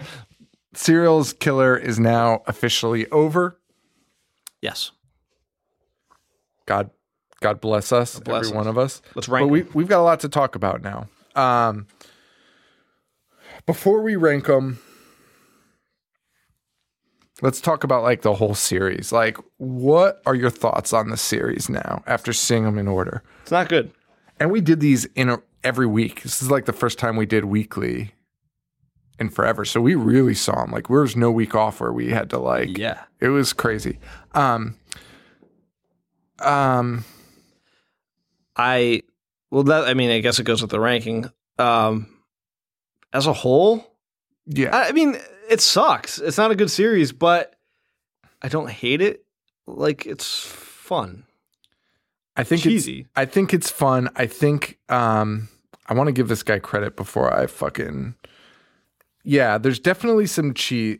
Speaker 1: Serial's killer is now officially over.
Speaker 2: Yes.
Speaker 1: God God bless us,
Speaker 2: bless
Speaker 1: every
Speaker 2: us.
Speaker 1: one of us.
Speaker 2: Let's
Speaker 1: But
Speaker 2: rank.
Speaker 1: we we've got a lot to talk about now. Um before we rank them, let's talk about like the whole series. Like what are your thoughts on the series now after seeing them in order?
Speaker 2: it's not good.
Speaker 1: And we did these in a, every week. This is like the first time we did weekly in forever. So we really saw them. Like there was no week off where we had to like.
Speaker 2: Yeah.
Speaker 1: It was crazy. Um. Um.
Speaker 2: I well that I mean I guess it goes with the ranking. Um as a whole,
Speaker 1: Yeah.
Speaker 2: I, I mean it sucks. It's not a good series, but I don't hate it. Like it's fun.
Speaker 1: I think
Speaker 2: Cheesy.
Speaker 1: it's. I think it's fun. I think. Um. I want to give this guy credit before I fucking. Yeah, there's definitely some cheese.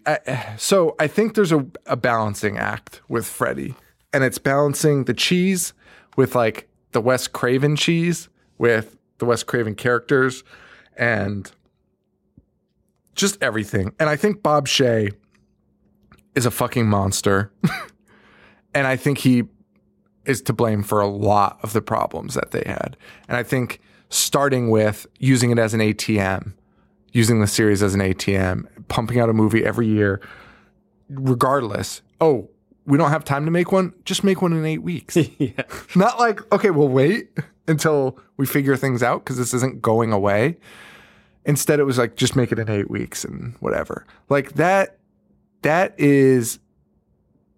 Speaker 1: So I think there's a, a balancing act with Freddy, and it's balancing the cheese with like the Wes Craven cheese with the Wes Craven characters and just everything. And I think Bob Shea is a fucking monster, and I think he is to blame for a lot of the problems that they had. And I think starting with using it as an ATM using the series as an ATM, pumping out a movie every year, regardless. Oh, we don't have time to make one. Just make one in eight weeks.
Speaker 2: yeah.
Speaker 1: Not like, okay, we'll wait until we figure things out because this isn't going away. Instead, it was like, just make it in eight weeks and whatever. Like that, that is,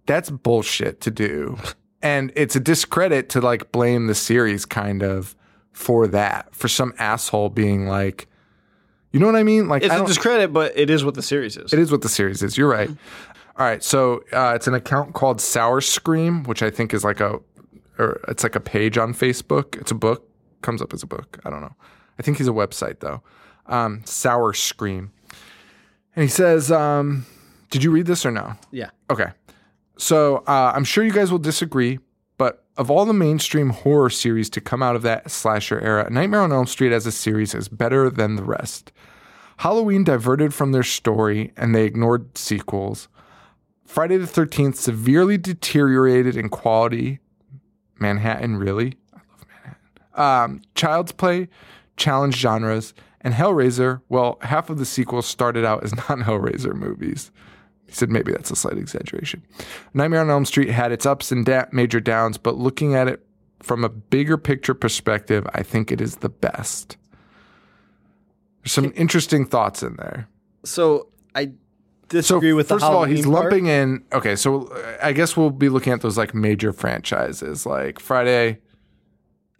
Speaker 1: that's bullshit to do. And it's a discredit to like blame the series kind of for that, for some asshole being like, you know what I mean? Like,
Speaker 2: It's
Speaker 1: I
Speaker 2: a
Speaker 1: don't-
Speaker 2: discredit, but it is what the series is.
Speaker 1: it is what the series is. You're right. All right. So uh, it's an account called Sour Scream, which I think is like a, or it's like a page on Facebook. It's a book. Comes up as a book. I don't know. I think he's a website though. Um, Sour Scream. And he says, um, "Did you read this or no?"
Speaker 2: Yeah.
Speaker 1: Okay. So uh, I'm sure you guys will disagree, but of all the mainstream horror series to come out of that slasher era, Nightmare on Elm Street as a series is better than the rest. Halloween diverted from their story and they ignored sequels. Friday the 13th severely deteriorated in quality. Manhattan, really? I love Manhattan. Um, Child's Play challenged genres. And Hellraiser, well, half of the sequels started out as non Hellraiser movies. He said maybe that's a slight exaggeration. Nightmare on Elm Street had its ups and da- major downs, but looking at it from a bigger picture perspective, I think it is the best. There's some interesting thoughts in there.
Speaker 4: So I
Speaker 1: So
Speaker 4: disagree with the
Speaker 1: first of all, he's
Speaker 4: Halloween part.
Speaker 1: lumping in. Okay, so uh, I guess we'll be looking at those like major franchises, like Friday.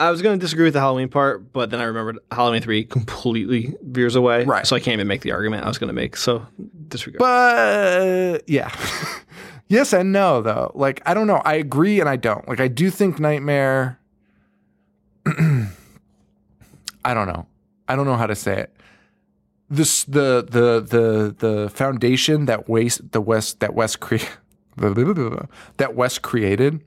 Speaker 2: I was gonna disagree with the Halloween part, but then I remembered Halloween three completely veers away.
Speaker 1: Right.
Speaker 2: So I can't even make the argument I was gonna make. So disregard.
Speaker 1: But yeah, yes and no though. Like I don't know. I agree and I don't. Like I do think Nightmare. I don't know. I don't know how to say it. This the the the the foundation that waste the West that West cre- that West created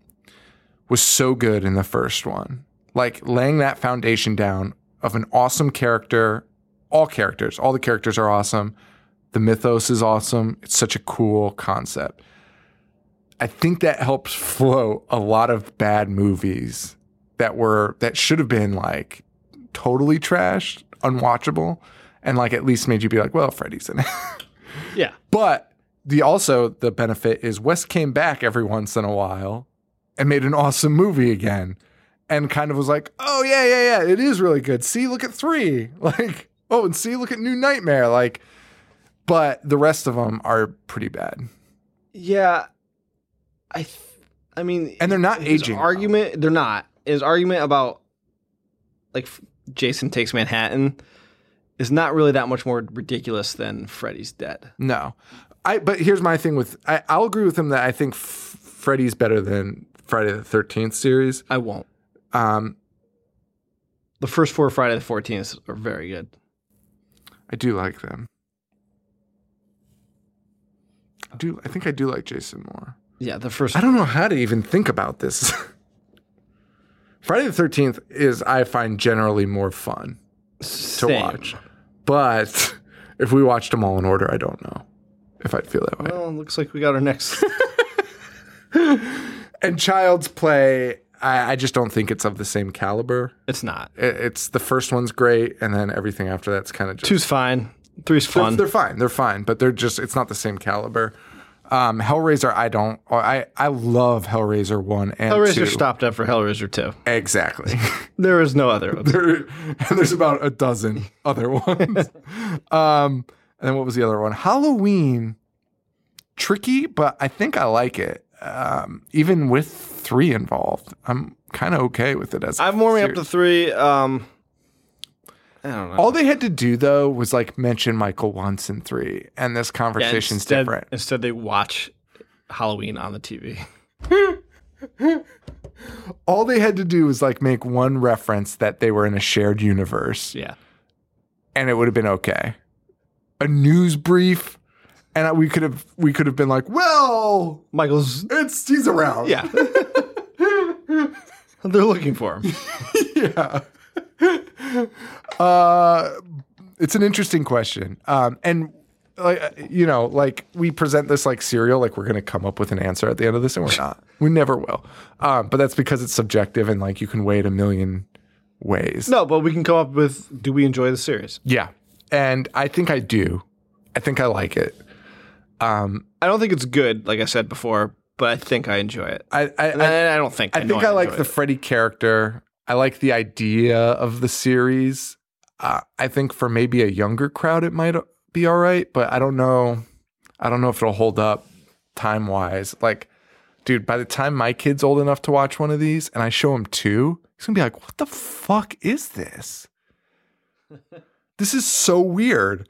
Speaker 1: was so good in the first one. Like laying that foundation down of an awesome character, all characters, all the characters are awesome. The mythos is awesome. It's such a cool concept. I think that helps flow a lot of bad movies that were that should have been like totally trashed, unwatchable, and like at least made you be like, well, Freddy's in it.
Speaker 2: yeah.
Speaker 1: But the also the benefit is Wes came back every once in a while and made an awesome movie again, and kind of was like, oh yeah yeah yeah, it is really good. See, look at three, like oh, and see, look at New Nightmare, like. But the rest of them are pretty bad,
Speaker 2: Yeah, I, th- I mean,
Speaker 1: and they're not
Speaker 2: his
Speaker 1: aging. well.
Speaker 2: argument. They're not his argument about like f- Jason takes Manhattan is not really that much more ridiculous than Freddy's dead.
Speaker 1: No. I but here's my thing with I, I'll agree with him that I think F- Freddy's better than Friday the Thirteenth series.
Speaker 2: I won't.
Speaker 1: Um,
Speaker 2: The first four Friday the Fourteenth are very good.
Speaker 1: I do like them. I do I think I do like Jason more.
Speaker 2: Yeah, the first.
Speaker 1: I don't know how to even think about this. Friday the Thirteenth is I find generally more fun to
Speaker 2: Same.
Speaker 1: watch, but if we watched them all in order, I don't know if I'd feel that way.
Speaker 2: Well, looks like we got our next.
Speaker 1: and Child's Play, I, I just don't think it's of the same caliber.
Speaker 2: it's not.
Speaker 1: It, it's the first one's great, and then everything after that's kind of just
Speaker 2: Two's fine. Three's
Speaker 1: they're,
Speaker 2: fun.
Speaker 1: they're fine. They're fine, but they're just it's not the same caliber. Um, Hellraiser, I don't. I I love Hellraiser one and
Speaker 2: Hellraiser
Speaker 1: two.
Speaker 2: stopped after Hellraiser two.
Speaker 1: Exactly.
Speaker 2: There is no other. one.
Speaker 1: there, and there's about a dozen other ones. um, and then what was the other one? Halloween, tricky, but I think I like it. Um, even with three involved, I'm kind of okay with it as a
Speaker 2: I'm warming up
Speaker 1: series.
Speaker 2: to three. Um, I don't know.
Speaker 1: All they had to do though was like mention Michael once in three, and this
Speaker 2: Yeah,
Speaker 1: conversation's
Speaker 2: instead,
Speaker 1: different.
Speaker 2: Instead, they watch Halloween on the TV.
Speaker 1: All they had to do was like make one reference that they were in a shared universe,
Speaker 2: Yeah.
Speaker 1: and it would have been okay. A news brief, and I- we could have we could have been like, well,
Speaker 2: Michael's.
Speaker 1: it's he's around.
Speaker 2: Yeah. They're looking for him.
Speaker 1: yeah. uh, it's an interesting question, um, and like uh, you know, like we present this like serial, like we're gonna come up with an answer at the end of this, and we're not. We never will. Um, but that's because it's subjective, and like you can weigh it a million ways.
Speaker 2: No, but we can come up with do we enjoy the series?
Speaker 1: Yeah, and I think I do. I think I like it. Um,
Speaker 2: I don't think it's good, like I said before, but I think I enjoy it.
Speaker 1: I, I,
Speaker 2: And
Speaker 1: I
Speaker 2: I, I don't think.
Speaker 1: I
Speaker 2: know
Speaker 1: think I like
Speaker 2: enjoy
Speaker 1: the
Speaker 2: it.
Speaker 1: Freddy character. I like the idea of the series. Uh, I think for maybe a younger crowd, it might be all right, but I don't know. I don't know if it'll hold up time wise. Like, dude, by the time my kid's old enough to watch one of these and I show him two, he's gonna be like, what the fuck is this? this is so weird.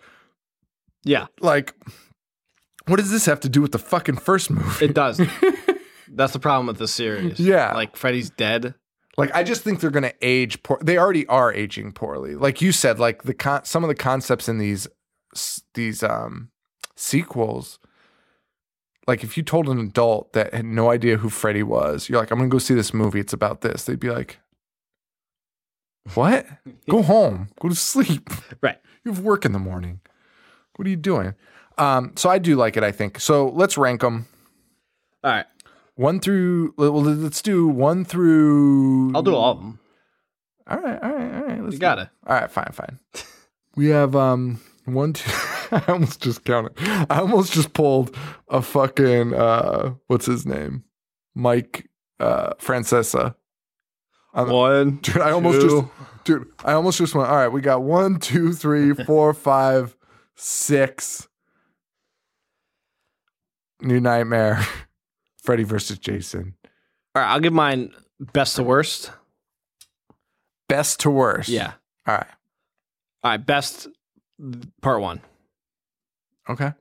Speaker 2: Yeah,
Speaker 1: Like, what does this have to do with the fucking first movie?
Speaker 2: it does. That's the problem with the series.
Speaker 1: Yeah.
Speaker 2: like Freddy's dead.
Speaker 1: Like I just think they're going to age poor. They already are aging poorly. Like you said, like the con- some of the concepts in these s- these um sequels. Like if you told an adult that had no idea who Freddy was, you're like, "I'm going to go see this movie. It's about this." They'd be like, "What? Go home. Go to sleep.
Speaker 2: Right.
Speaker 1: You have work in the morning. What are you doing?" Um, so I do like it. I think so. Let's rank them
Speaker 2: All right,
Speaker 1: one through. Well, let's do one through.
Speaker 2: I'll do all of them.
Speaker 1: All right, all right, all right. Let's do
Speaker 2: You gotta.
Speaker 1: all right, fine, fine. We have um one, two. I almost just counted. I almost just pulled a fucking uh, what's his name, Mike uh, Francesa. I'm-
Speaker 2: One.
Speaker 1: Uh, Dude, I almost
Speaker 2: Two.
Speaker 1: just, dude, I almost just went. All right, we got one, two, three, four, five, six. New Nightmare, Freddy versus Jason.
Speaker 2: All right, I'll give mine best to worst.
Speaker 1: Best to worst.
Speaker 2: Yeah.
Speaker 1: All right.
Speaker 2: All right, best th- part one
Speaker 1: Okay.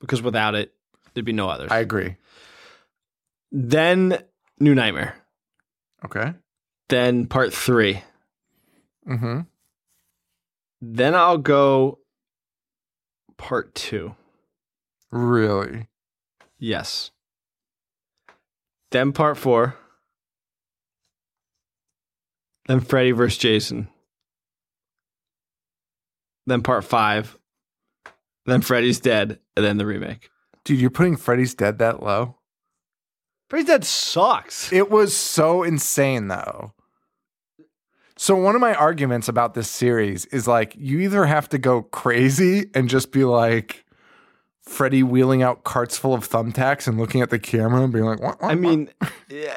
Speaker 2: because without it, there'd be no others.
Speaker 1: I agree.
Speaker 2: then New Nightmare.
Speaker 1: Okay.
Speaker 2: Then part three.
Speaker 1: Mm-hmm.
Speaker 2: Then I'll go part two.
Speaker 1: Really.
Speaker 2: Yes. Then part four. Then Freddy versus Jason. Then part five. Then Freddy's dead, and then the remake.
Speaker 1: Dude, you're putting Freddy's Dead that low?
Speaker 2: Freddy's dead sucks.
Speaker 1: It was so insane, though. So, one of my arguments about this series is like, you either have to go crazy and just be like Freddy wheeling out carts full of thumbtacks and looking at the camera and being like, "Wah, wah,
Speaker 2: I mean, yeah,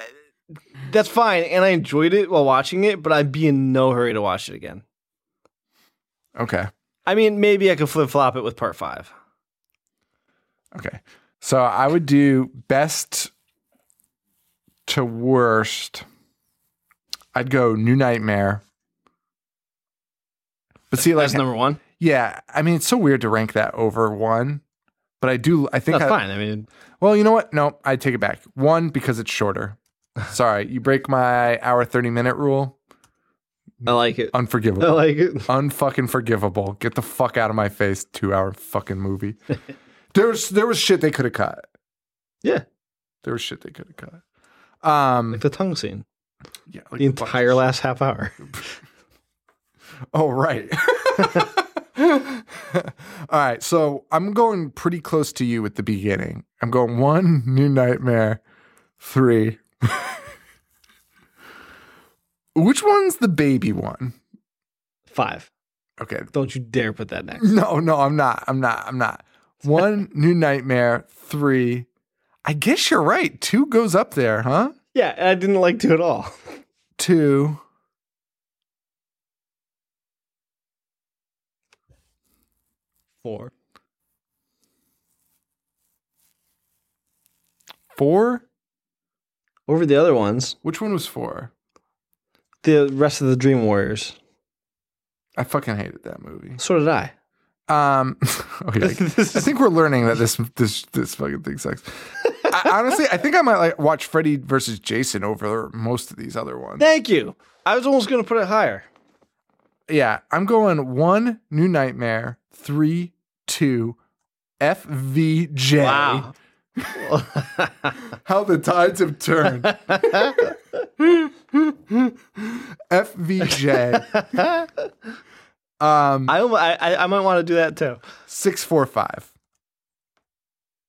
Speaker 2: that's fine, and I enjoyed it while watching it, but I'd be in no hurry to watch it again.
Speaker 1: wah." okay.
Speaker 2: I mean, maybe I could flip flop it with part five.
Speaker 1: Okay. So, I would do best to worst. I'd go New Nightmare. But see, like,
Speaker 2: That's number one.
Speaker 1: Yeah, I mean it's so weird to rank that over one, But I do. I think
Speaker 2: That's
Speaker 1: I,
Speaker 2: fine. I mean,
Speaker 1: Well, you know what? No, I take it back. One because it's shorter. Sorry, you break my hour thirty minute rule.
Speaker 2: I like it. I
Speaker 1: Unforgivable.
Speaker 2: like it.
Speaker 1: Unfucking forgivable. Get the fuck out of my face. Two hour fucking movie. There's there was shit they could have cut.
Speaker 2: Yeah.
Speaker 1: There was shit they could have cut. Um.
Speaker 2: Like the tongue scene.
Speaker 1: Yeah. like
Speaker 2: The
Speaker 1: fuck-
Speaker 2: entire last half hour.
Speaker 1: Oh, right. All right. So I'm going pretty close to you at the beginning. I'm going one, New Nightmare, three. Which one's the baby one?
Speaker 2: Five.
Speaker 1: Okay.
Speaker 2: Don't you dare put that next.
Speaker 1: No, no, I'm not. I'm not. I'm not. One, New Nightmare, three. I guess you're right. Two goes up there, huh?
Speaker 2: Yeah, and I didn't like two at all.
Speaker 1: Two.
Speaker 2: Four.
Speaker 1: Four?
Speaker 2: Over the other ones,
Speaker 1: Which one was four?
Speaker 2: the rest of the Dream Warriors.
Speaker 1: I fucking hated that movie.
Speaker 2: So did I.
Speaker 1: Um, okay. I think we're learning that this this this fucking thing sucks. I, honestly, I think I might like watch Freddy versus Jason over most of these other ones.
Speaker 2: Thank you. I was almost going to put it higher.
Speaker 1: Yeah, I'm going one New Nightmare, three, two, FVJ. How the tides have turned. FVJ. um,
Speaker 2: I, almo- I, I I might want to do that too.
Speaker 1: six four five.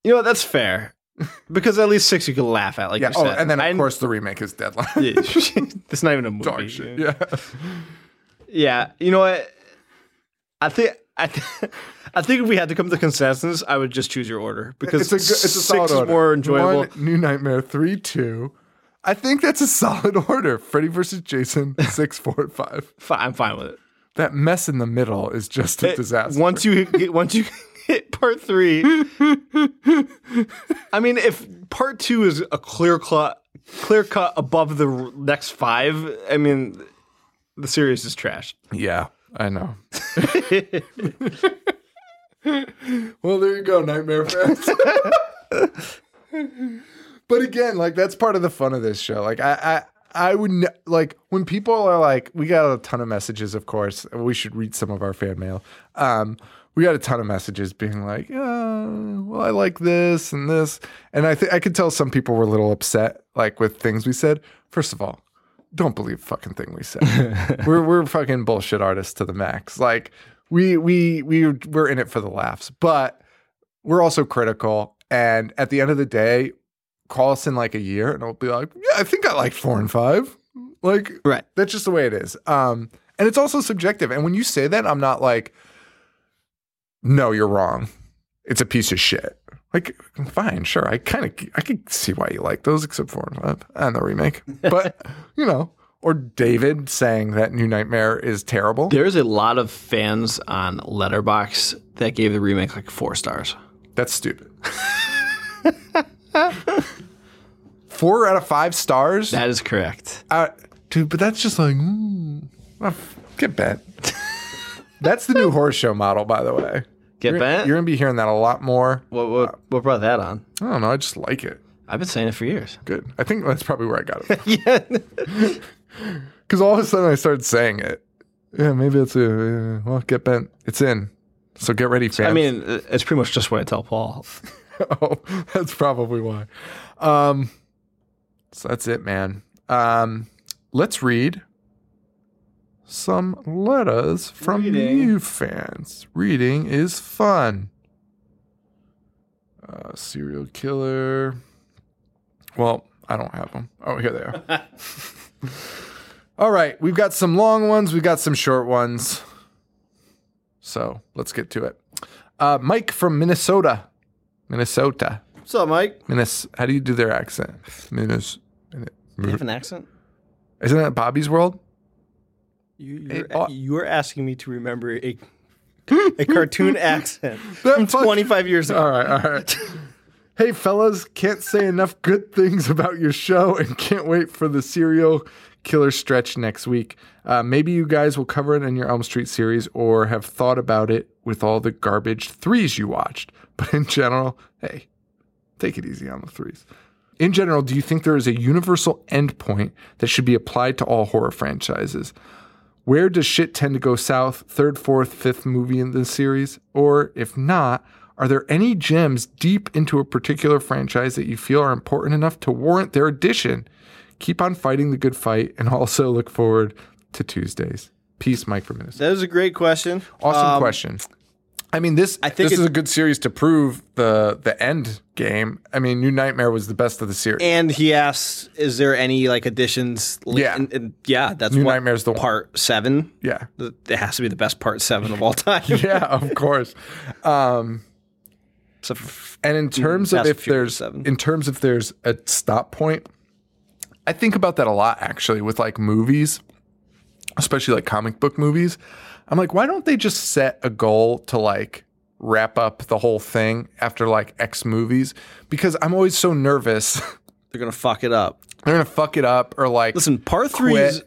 Speaker 2: You know what? That's fair. Because at least six you can laugh at, like
Speaker 1: Yeah.
Speaker 2: you
Speaker 1: Oh,
Speaker 2: said.
Speaker 1: and then of
Speaker 2: I-
Speaker 1: course the remake is deadline.
Speaker 2: Yeah, it's not even a movie.
Speaker 1: Dog shit. Yeah.
Speaker 2: Yeah, you know what? I think I, th- I think if we had to come to consensus, I would just choose your order because
Speaker 1: it's a good, it's a solid
Speaker 2: six is
Speaker 1: order.
Speaker 2: more enjoyable.
Speaker 1: One, New Nightmare three two. I think that's a solid order. Freddy versus Jason six four five.
Speaker 2: Fi- I'm fine with it.
Speaker 1: That mess in the middle is just a disaster.
Speaker 2: Once you get, once you hit part three, I mean, if part two is a clear cut, clear cut above the r- next five, I mean, the series is trash.
Speaker 1: yeah, I know. well, there you go, Nightmare Fest. but again, like that's part of the fun of this show. Like I, I, I would ne- like when people are like, we got a ton of messages. Of course, we should read some of our fan mail. Um, we got a ton of messages being like, uh, well, I like this and this, and I think I could tell some people were a little upset, like with things we said. First of all. Don't believe a fucking thing we said. we're we're fucking bullshit artists to the max. Like we we we we're in it for the laughs, but we're also critical. And at the end of the day, call us in like a year and I'll be like, yeah, I think I like four and five. Like,
Speaker 2: Right.
Speaker 1: that's just the way it is. Um, and it's also subjective. And when you say that, I'm not like, no, you're wrong. It's a piece of shit. Like, fine, sure. I kind of, I could see why you like those, except four and five and the remake. But, you know, or David saying that New Nightmare is terrible.
Speaker 2: There's a lot of fans on Letterbox that gave the remake like four stars.
Speaker 1: That's stupid. Four out of five stars.
Speaker 2: That is correct.
Speaker 1: Uh, dude, but that's just like, mm, oh, f- get bent. that's the new horse show model, by the way.
Speaker 2: Get
Speaker 1: You're,
Speaker 2: bent.
Speaker 1: you're gonna be hearing that a lot more.
Speaker 2: what, what what brought that on?
Speaker 1: I don't know. I just like it.
Speaker 2: I've been saying it for years.
Speaker 1: Good. I think that's probably where I got it
Speaker 2: yeah.
Speaker 1: because all of a sudden I started saying it. Yeah, maybe it's a uh, well, get bent. It's in. So get ready, fans.
Speaker 2: I mean, uh, it's pretty much just what I tell Paul.
Speaker 1: oh, that's probably why. Um, so that's it, man. Um, let's read some letters from you fans. Reading is fun. Uh, serial killer. Well, I don't have them. Oh, here they are. All right, we've got some long ones, we've got some short ones. So let's get to it. Uh, Mike from Minnesota Minnesota.
Speaker 5: What's up, Mike?
Speaker 1: Minnes. How do you do their accent? Minnes.
Speaker 2: Do you have an accent?
Speaker 1: Isn't that Bobby's World?
Speaker 5: You,
Speaker 1: Hey,
Speaker 5: you're,
Speaker 1: oh.
Speaker 5: you're asking me to remember a a cartoon accent
Speaker 1: That
Speaker 5: from
Speaker 1: fuck-
Speaker 5: 25 years ago.
Speaker 1: All right, all right. hey, fellas, can't say enough good things about your show and can't wait for the serial killer stretch next week. Uh, maybe you guys will cover it in your Elm Street series or have thought about it with all the garbage threes you watched. But in general, hey, take it easy on the threes. In general, do you think there is a universal endpoint that should be applied to all horror franchises? Where does shit tend to go south? Third, fourth, fifth movie in the series? Or if not, are there any gems deep into a particular franchise that you feel are important enough to warrant their addition? Keep on fighting the good fight and also look forward to Tuesdays. Peace, Mike from Minnesota.
Speaker 2: That is a great question.
Speaker 1: Awesome
Speaker 2: Um,
Speaker 1: question. I mean, this I
Speaker 2: think
Speaker 1: think this
Speaker 2: it-
Speaker 1: is a good series to prove the the end game. I mean, New Nightmare was the best of the series.
Speaker 2: And he asks, "Is there any like additions?" li-
Speaker 1: Yeah.
Speaker 2: and, and- yeah, that's
Speaker 1: New
Speaker 2: what-
Speaker 1: Nightmare's the one.
Speaker 2: part seven.
Speaker 1: yeah,
Speaker 2: Th- It has to be the best part seven of all time.
Speaker 1: yeah, of course. Um,
Speaker 2: Except for-
Speaker 1: and in terms of
Speaker 2: Fast and
Speaker 1: if there's
Speaker 2: Furious seven.
Speaker 1: in terms if there's a stop point, I think about that a lot actually with like movies, especially like comic book movies. I'm like, why don't they just set a goal to like wrap up the whole thing after like X movies? Because I'm always so nervous
Speaker 2: they're gonna fuck it up.
Speaker 1: they're gonna fuck it up or like
Speaker 2: Listen, part three
Speaker 1: Quit.
Speaker 2: is,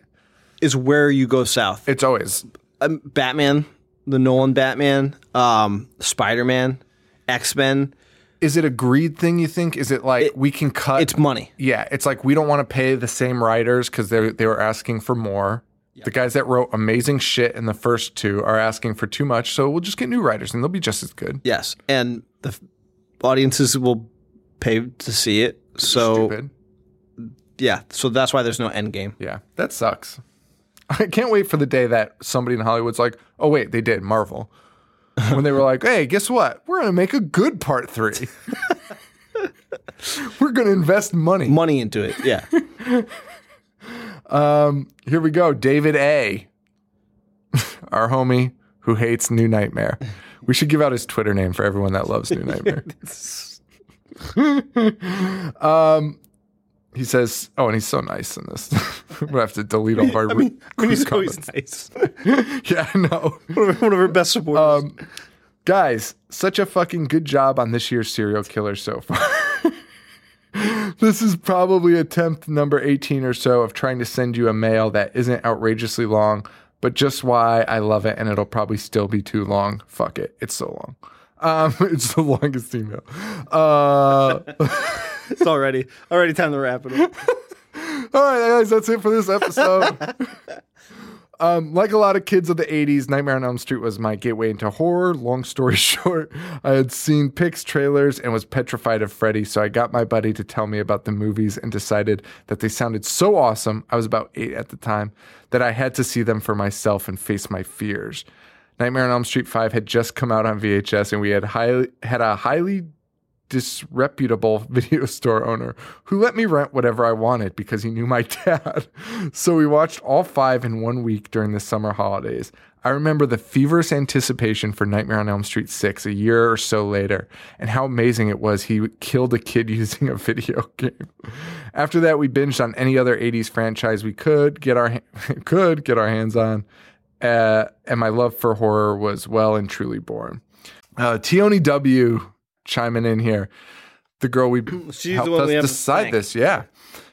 Speaker 2: is where you go south.
Speaker 1: It's always
Speaker 2: um, Batman, the Nolan Batman, um, Spider Man, X Men.
Speaker 1: is it a greed thing you think? Is it like we can cut
Speaker 2: It's money.
Speaker 1: Yeah, it's like we don't want to pay the same writers because they they were asking for more. The guys that wrote amazing shit in the first two are asking for too much, so we'll just get new writers and they'll be just as good.
Speaker 2: Yes, and the f- audiences will pay to see it. So
Speaker 1: Stupid.
Speaker 2: yeah, so that's why there's no end game.
Speaker 1: Yeah, that sucks. I can't wait for the day that somebody in Hollywood's like, oh wait, they did Marvel. When they were like, hey, guess what? We're gonna make a good part three. we're gonna invest money.
Speaker 2: Money into it. Yeah.
Speaker 1: Here we go. David A. Our homie who hates New Nightmare. We should give out his Twitter name for everyone that loves New Nightmare. um, he says, oh, and he's so nice in this. we have to delete all of our.
Speaker 2: He's
Speaker 1: comments.
Speaker 2: always nice.
Speaker 1: yeah, I know.
Speaker 2: One of her best supporters.
Speaker 1: Um, Guys, such a fucking good job on this year's serial killer so far. this is probably attempt number 18 or so of trying to send you a mail that isn't outrageously long, but just why I love it and it'll probably still be too long. Fuck it. It's so long. Um, it's the longest email. Uh,
Speaker 2: it's already already time to wrap it up.
Speaker 1: All right, guys, that's it for this episode. um, like a lot of kids of the 80s, Nightmare on Elm Street was my gateway into horror. Long story short, I had seen pics, trailers, and was petrified of Freddy, so I got my buddy to tell me about the movies and decided that they sounded so awesome. I was about eight at the time that I had to see them for myself and face my fears. Nightmare on Elm Street 5 had just come out on VHS, and we had, highly, had a highly disreputable video store owner who let me rent whatever I wanted because he knew my dad. So we watched all five in one week during the summer holidays. I remember the feverish anticipation for Nightmare on Elm Street 6 a year or so later and how amazing it was he killed a kid using a video game. After that we binged on any other 80s franchise we could get our ha- could get our hands on uh, and my love for horror was well and truly born. Uh, Tioni W chiming in here, the girl we
Speaker 2: She's the
Speaker 1: helped
Speaker 2: one
Speaker 1: us
Speaker 2: we haven't
Speaker 1: decide
Speaker 2: thanked.
Speaker 1: this. Yeah.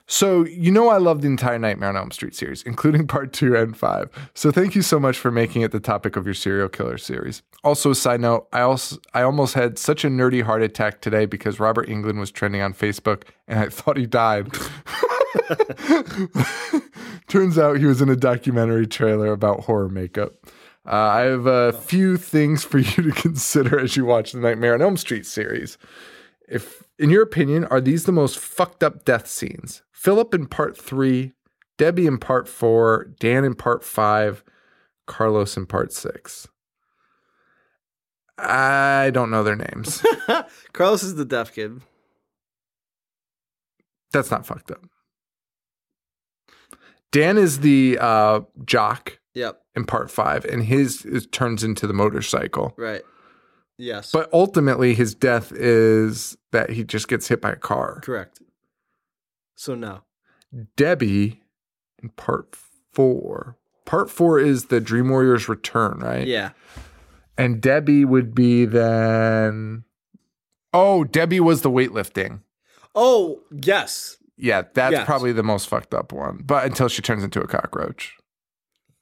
Speaker 1: So you know I love the entire Nightmare on Elm Street series, including part two and five. So thank you so much for making it the topic of your serial killer series. Also, side note, I also I almost had such a nerdy heart attack today because Robert England was trending on Facebook and I thought he died. Turns out he was in a documentary trailer about horror makeup. Uh, I have a few things for you to consider as you watch the Nightmare on Elm Street series. If, in your opinion, are these the most fucked up death scenes? Philip in part three, Debbie in part four, Dan in part five, Carlos in part six. I don't know their names.
Speaker 2: Carlos is the deaf kid.
Speaker 1: That's not fucked up. Dan is the uh, jock
Speaker 2: Yep.
Speaker 1: in part five, and his is, turns into the motorcycle.
Speaker 2: Right. Yes.
Speaker 1: But ultimately, his death is that he just gets hit by a car.
Speaker 2: correct. So no.
Speaker 1: Debbie in part four. Part four is the Dream Warriors Return, right?
Speaker 2: Yeah.
Speaker 1: And Debbie would be then. Oh, Debbie was the weightlifting.
Speaker 2: Oh yes.
Speaker 1: Yeah, that's
Speaker 2: Yes.
Speaker 1: probably the most fucked up one. But until she turns into a cockroach.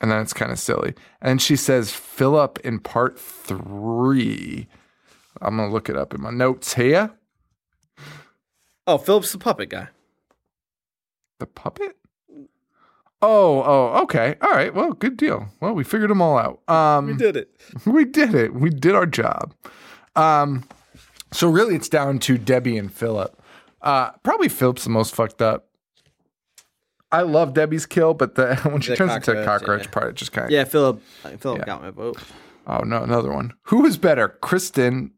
Speaker 1: And then it's kind of silly. And she says Philip in part three I'm gonna look it up in my notes here.
Speaker 2: Oh, Philip's the puppet guy.
Speaker 1: The puppet? Oh, oh, okay. All right. Well, good deal. Well, we figured them all out. Um,
Speaker 2: We did it.
Speaker 1: we did it. We did our job. Um, so really, it's down to Debbie and Philip. Uh, probably Philip's the most fucked up. I love Debbie's kill, but the when she
Speaker 2: The
Speaker 1: turns into a
Speaker 2: cockroach,
Speaker 1: cockroach,
Speaker 2: yeah.
Speaker 1: part it just kind of
Speaker 2: Yeah, Philip. uh, Philip got my vote.
Speaker 1: Oh no, another one. Who was better, Kristen,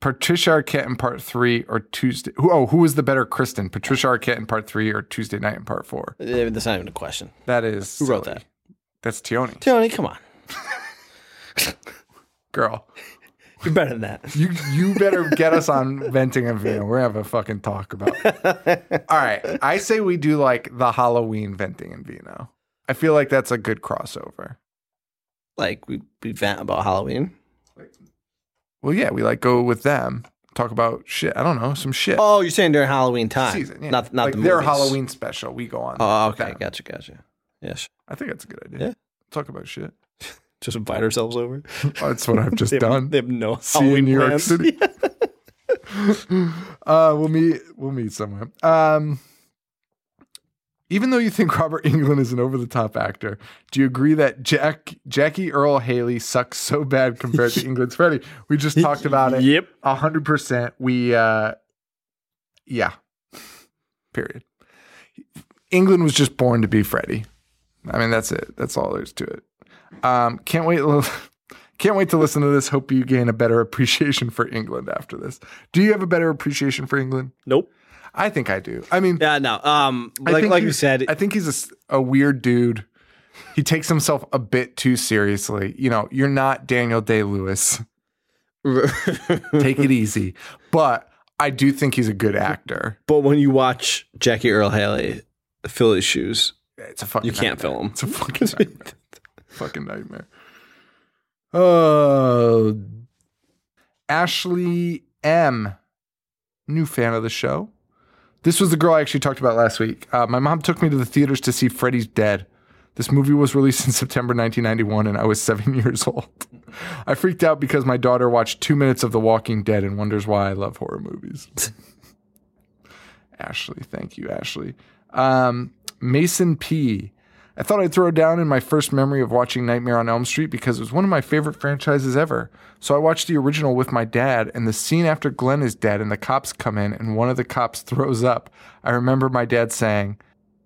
Speaker 1: Patricia Arquette in part three, or Tuesday? Who, oh, who was the better, Kristen, Patricia Arquette in part three, or Tuesday night in part four?
Speaker 2: Eh, That's not even a question.
Speaker 1: That is who
Speaker 2: wrote that?
Speaker 1: That's Tioni.
Speaker 2: Tony, come on.
Speaker 1: Girl,
Speaker 2: You're better than that.
Speaker 1: you you better get us on venting and venting. We're having a fucking talk about. It. All right, I say we do like the Halloween venting and vino. I feel like that's a good crossover.
Speaker 2: Like we we vent about Halloween.
Speaker 1: Well, yeah, we like go with them, talk about shit. I don't know, some shit.
Speaker 2: Oh, you're saying during Halloween time,
Speaker 1: season, yeah.
Speaker 2: not not
Speaker 1: like
Speaker 2: the
Speaker 1: their
Speaker 2: movies.
Speaker 1: Halloween special. We go on.
Speaker 2: Oh, okay,
Speaker 1: them.
Speaker 2: gotcha, gotcha. Yes,
Speaker 1: I think that's a good idea.
Speaker 2: Yeah.
Speaker 1: Talk about shit.
Speaker 3: Just invite ourselves over.
Speaker 1: That's what I've just
Speaker 3: They have,
Speaker 1: done.
Speaker 3: They have no
Speaker 1: See you
Speaker 3: Halloween
Speaker 1: in New York
Speaker 3: plans.
Speaker 1: City. uh, we'll meet. We'll meet somewhere. Um, even though you think Robert England is an over-the-top actor, do you agree that Jack Jackie Earl Haley sucks so bad compared to England's Freddy? We just talked about it.
Speaker 3: Yep.
Speaker 1: A hundred percent. We, uh, yeah. Period. England was just born to be Freddy. I mean, that's it. That's all there is to it. Um, can't wait. Can't wait to listen to this. Hope you gain a better appreciation for England after this. Do you have a better appreciation for England?
Speaker 3: Nope.
Speaker 1: I think I do. I mean,
Speaker 2: yeah, no. Um,
Speaker 1: I
Speaker 2: like
Speaker 1: think
Speaker 2: like you
Speaker 1: he's-
Speaker 2: said,
Speaker 1: I think he's a s- a, weird dude. He takes himself a bit too seriously. You know, you're not Daniel Day Lewis. Take it easy. But I do think he's a good actor.
Speaker 2: but when you watch Jackie Earl Haley, Philly shoes,
Speaker 1: It's a fucking.
Speaker 2: you can't
Speaker 1: nightmare.
Speaker 2: film him.
Speaker 1: It's a fucking nightmare. fucking nightmare. Oh, Ashley M, new fan of the show. This was the girl I actually talked about last week. Uh, my mom took me to the theaters to see Freddy's Dead. This movie was released in September 1991, and I was seven years old. I freaked out because my daughter watched two minutes of The Walking Dead and wonders why I love horror movies. Ashley, thank you, Ashley. Um, Mason P. I thought I'd throw down in my first memory of watching Nightmare on Elm Street because it was one of my favorite franchises ever. So I watched the original with my dad, and the scene after Glenn is dead and the cops come in and one of the cops throws up. I remember my dad saying,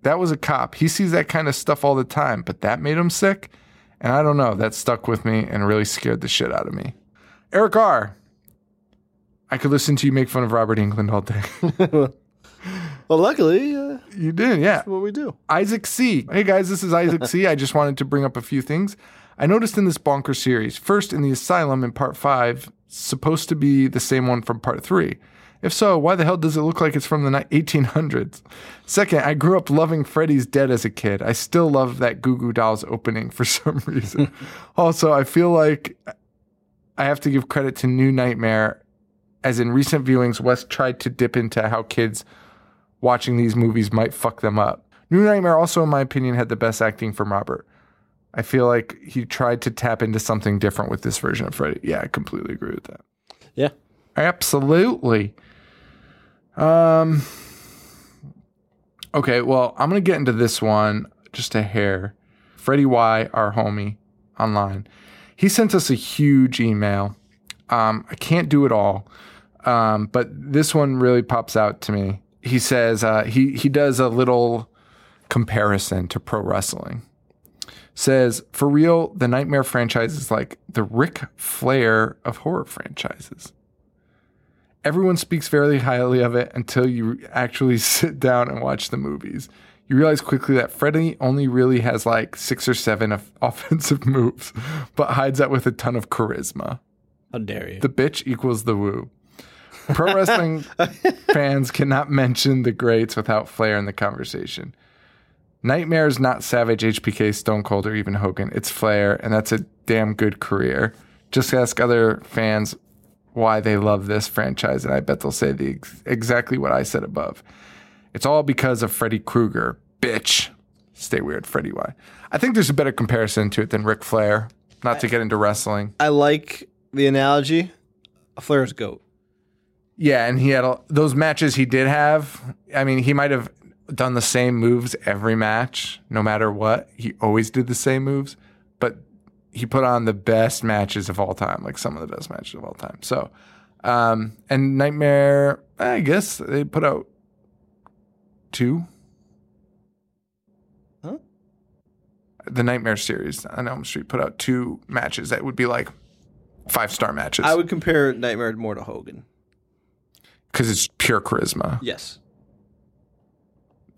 Speaker 1: That was a cop. He sees that kind of stuff all the time, but that made him sick. And I don't know, that stuck with me and really scared the shit out of me. Eric R. I could listen to you make fun of Robert England all day.
Speaker 3: Well, luckily, uh,
Speaker 1: you did, yeah.
Speaker 3: what we do.
Speaker 1: Isaac C. Hey guys, this is Isaac C. I just wanted to bring up a few things. I noticed in this bonker series, first in the asylum in part five, supposed to be the same one from part three. If so, why the hell does it look like it's from the ni- 1800s? Second, I grew up loving Freddy's Dead as a kid. I still love that Goo Goo Dolls opening for some reason. also, I feel like I have to give credit to New Nightmare, as in recent viewings, Wes tried to dip into how kids watching these movies might fuck them up. New Nightmare also, in my opinion, had the best acting from Robert. I feel like he tried to tap into something different with this version of Freddy. Yeah, I completely agree with that.
Speaker 2: Yeah.
Speaker 1: Absolutely. Um Okay, well, I'm gonna get into this one just a hair. Freddie Y, our homie online. He sent us a huge email. Um, I can't do it all. Um, but this one really pops out to me. He says uh, he he does a little comparison to pro wrestling. Says for real, the Nightmare franchise is like the Ric Flair of horror franchises. Everyone speaks fairly highly of it until you actually sit down and watch the movies. You realize quickly that Freddy only really has like six or seven of offensive moves, but hides that with a ton of charisma.
Speaker 2: How dare you?
Speaker 1: The bitch equals the woo. Pro wrestling fans cannot mention the greats without flair in the conversation. Nightmare is not Savage, HPK, Stone Cold, or even Hogan. It's Flair, and that's a damn good career. Just ask other fans why they love this franchise, and I bet they'll say the ex- exactly what I said above. It's all because of Freddy Krueger, bitch. Stay weird, Freddy Y. I think there's a better comparison to it than Ric Flair. Not to get into wrestling.
Speaker 2: I like the analogy. A Flair's goat.
Speaker 1: Yeah, and he had a, those matches he did have. I mean, he might have done the same moves every match, no matter what. He always did the same moves, but he put on the best matches of all time, like some of the best matches of all time. So, um, and Nightmare, I guess they put out two.
Speaker 2: Huh?
Speaker 1: The Nightmare series on Elm Street put out two matches that would be like five star matches
Speaker 2: I would compare Nightmare more to Hogan.
Speaker 1: because it's pure charisma.
Speaker 2: Yes.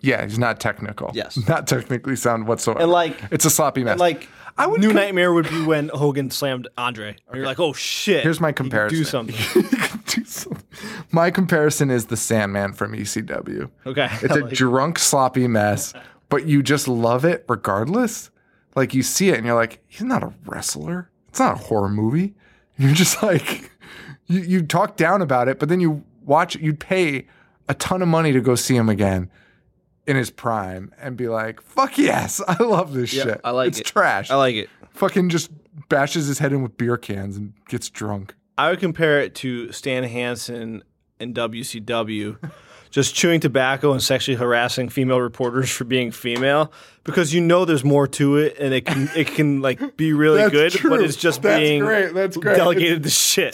Speaker 1: Yeah, he's not technical.
Speaker 2: Yes.
Speaker 1: Not technically sound whatsoever.
Speaker 2: And like,
Speaker 1: it's a sloppy mess.
Speaker 2: and like,
Speaker 1: I would
Speaker 2: New
Speaker 1: com-
Speaker 2: Nightmare would be when Hogan slammed Andre. And You're like, oh shit.
Speaker 1: Here's my
Speaker 2: He can
Speaker 1: comparison.
Speaker 2: Do something.
Speaker 1: Do something. my comparison is the Sandman from ECW.
Speaker 2: Okay.
Speaker 1: It's a drunk, sloppy mess, but you just love it regardless. Like you see it and you're like, he's not a wrestler. It's not a horror movie. You're just like, you, you talk down about it, but then you watch, you'd pay a ton of money to go see him again in his prime and be like, fuck yes, I love this shit.
Speaker 2: I like
Speaker 1: it's
Speaker 2: it.
Speaker 1: trash.
Speaker 2: I like it.
Speaker 1: Fucking just bashes his head in with beer cans and gets drunk.
Speaker 2: I would compare it to Stan Hansen and WCW just chewing tobacco and sexually harassing female reporters for being female because you know there's more to it and it can it can like be really
Speaker 1: That's
Speaker 2: good but
Speaker 1: true.
Speaker 2: it's just
Speaker 1: That's
Speaker 2: being
Speaker 1: great. That's great.
Speaker 2: delegated to shit.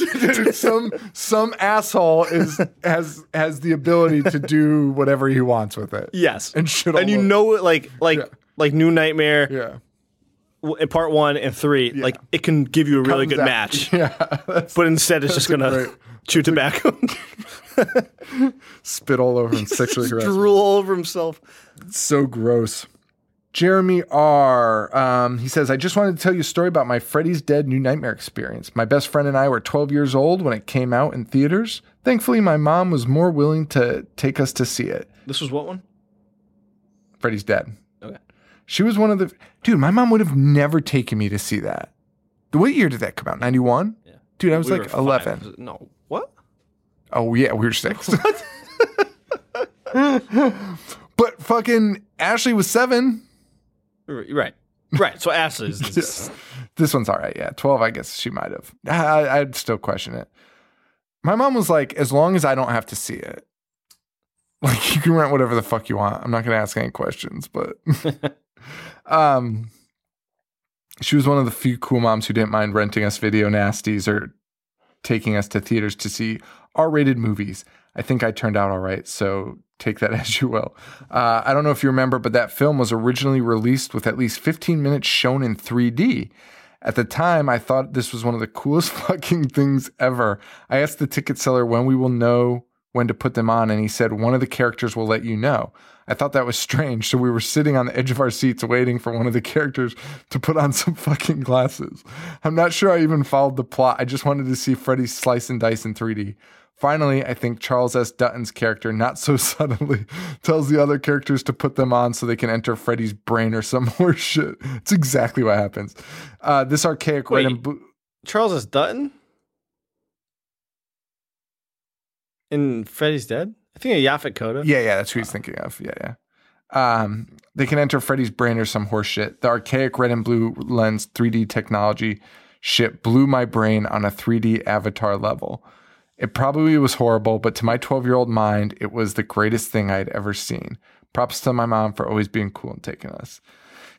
Speaker 1: some some asshole is has has the ability to do whatever he wants with it.
Speaker 2: yes.
Speaker 1: And shit all
Speaker 2: And you
Speaker 1: over.
Speaker 2: know it like like like New Nightmare
Speaker 1: Yeah.
Speaker 2: w- in part 1 and 3 like it can give you a really
Speaker 1: Comes
Speaker 2: good
Speaker 1: out-
Speaker 2: match
Speaker 1: Yeah.
Speaker 2: but instead it's just going
Speaker 1: great-
Speaker 2: to chew tobacco
Speaker 1: Spit all over and sexually harass. him.
Speaker 2: drool over himself.
Speaker 1: It's so gross. Jeremy R. Um, he says, I just wanted to tell you a story about my Freddy's Dead New Nightmare experience. My best friend and I were 12 years old when it came out in theaters. Thankfully, my mom was more willing to take us to see it.
Speaker 2: This was what one?
Speaker 1: Freddy's dead.
Speaker 2: Okay.
Speaker 1: She was one of the dude. My mom would have never taken me to see that. What year did that come out? Ninety one. Yeah. Dude, I was
Speaker 2: We were
Speaker 1: like
Speaker 2: five.
Speaker 1: eleven.
Speaker 2: No. What?
Speaker 1: Oh yeah, we were six. but fucking Ashley was seven.
Speaker 2: R- Right. Right. So Ashley's.
Speaker 1: This one's all right. Yeah, twelve. I guess she might have. I, I- I'd still question it. My mom was like, as long as I don't have to see it, like you can rent whatever the fuck you want. I'm not gonna ask any questions, but um, she was one of the few cool moms who didn't mind renting us video nasties or taking us to theaters to see R-rated movies. I think I turned out all right, so take that as you will. Uh, I don't know if you remember, but that film was originally released with at least 15 minutes shown in 3D. At the time, I thought this was one of the coolest fucking things ever. I asked the ticket seller when we will know when to put them on, and he said one of the characters will let you know. I thought that was strange, so we were sitting on the edge of our seats waiting for one of the characters to put on some fucking glasses. I'm not sure I even followed the plot. I just wanted to see Freddy slice and dice in 3D. Finally, I think Charles S. Dutton's character, not so subtly, tells the other characters to put them on so they can enter Freddy's brain or some more shit. It's exactly what happens. Uh, this archaic red
Speaker 2: Wait.
Speaker 1: and blue.
Speaker 2: Charles is Dutton. And Freddy's dead. I think a Yaphet Coda.
Speaker 1: Yeah, yeah, that's who he's thinking of. Yeah, yeah. Um, they can enter Freddy's brain or some horse shit. The archaic red and blue lens 3D technology shit blew my brain on a 3D avatar level. It probably was horrible, but to my 12 year old mind, it was the greatest thing I had ever seen. Props to my mom for always being cool and taking us.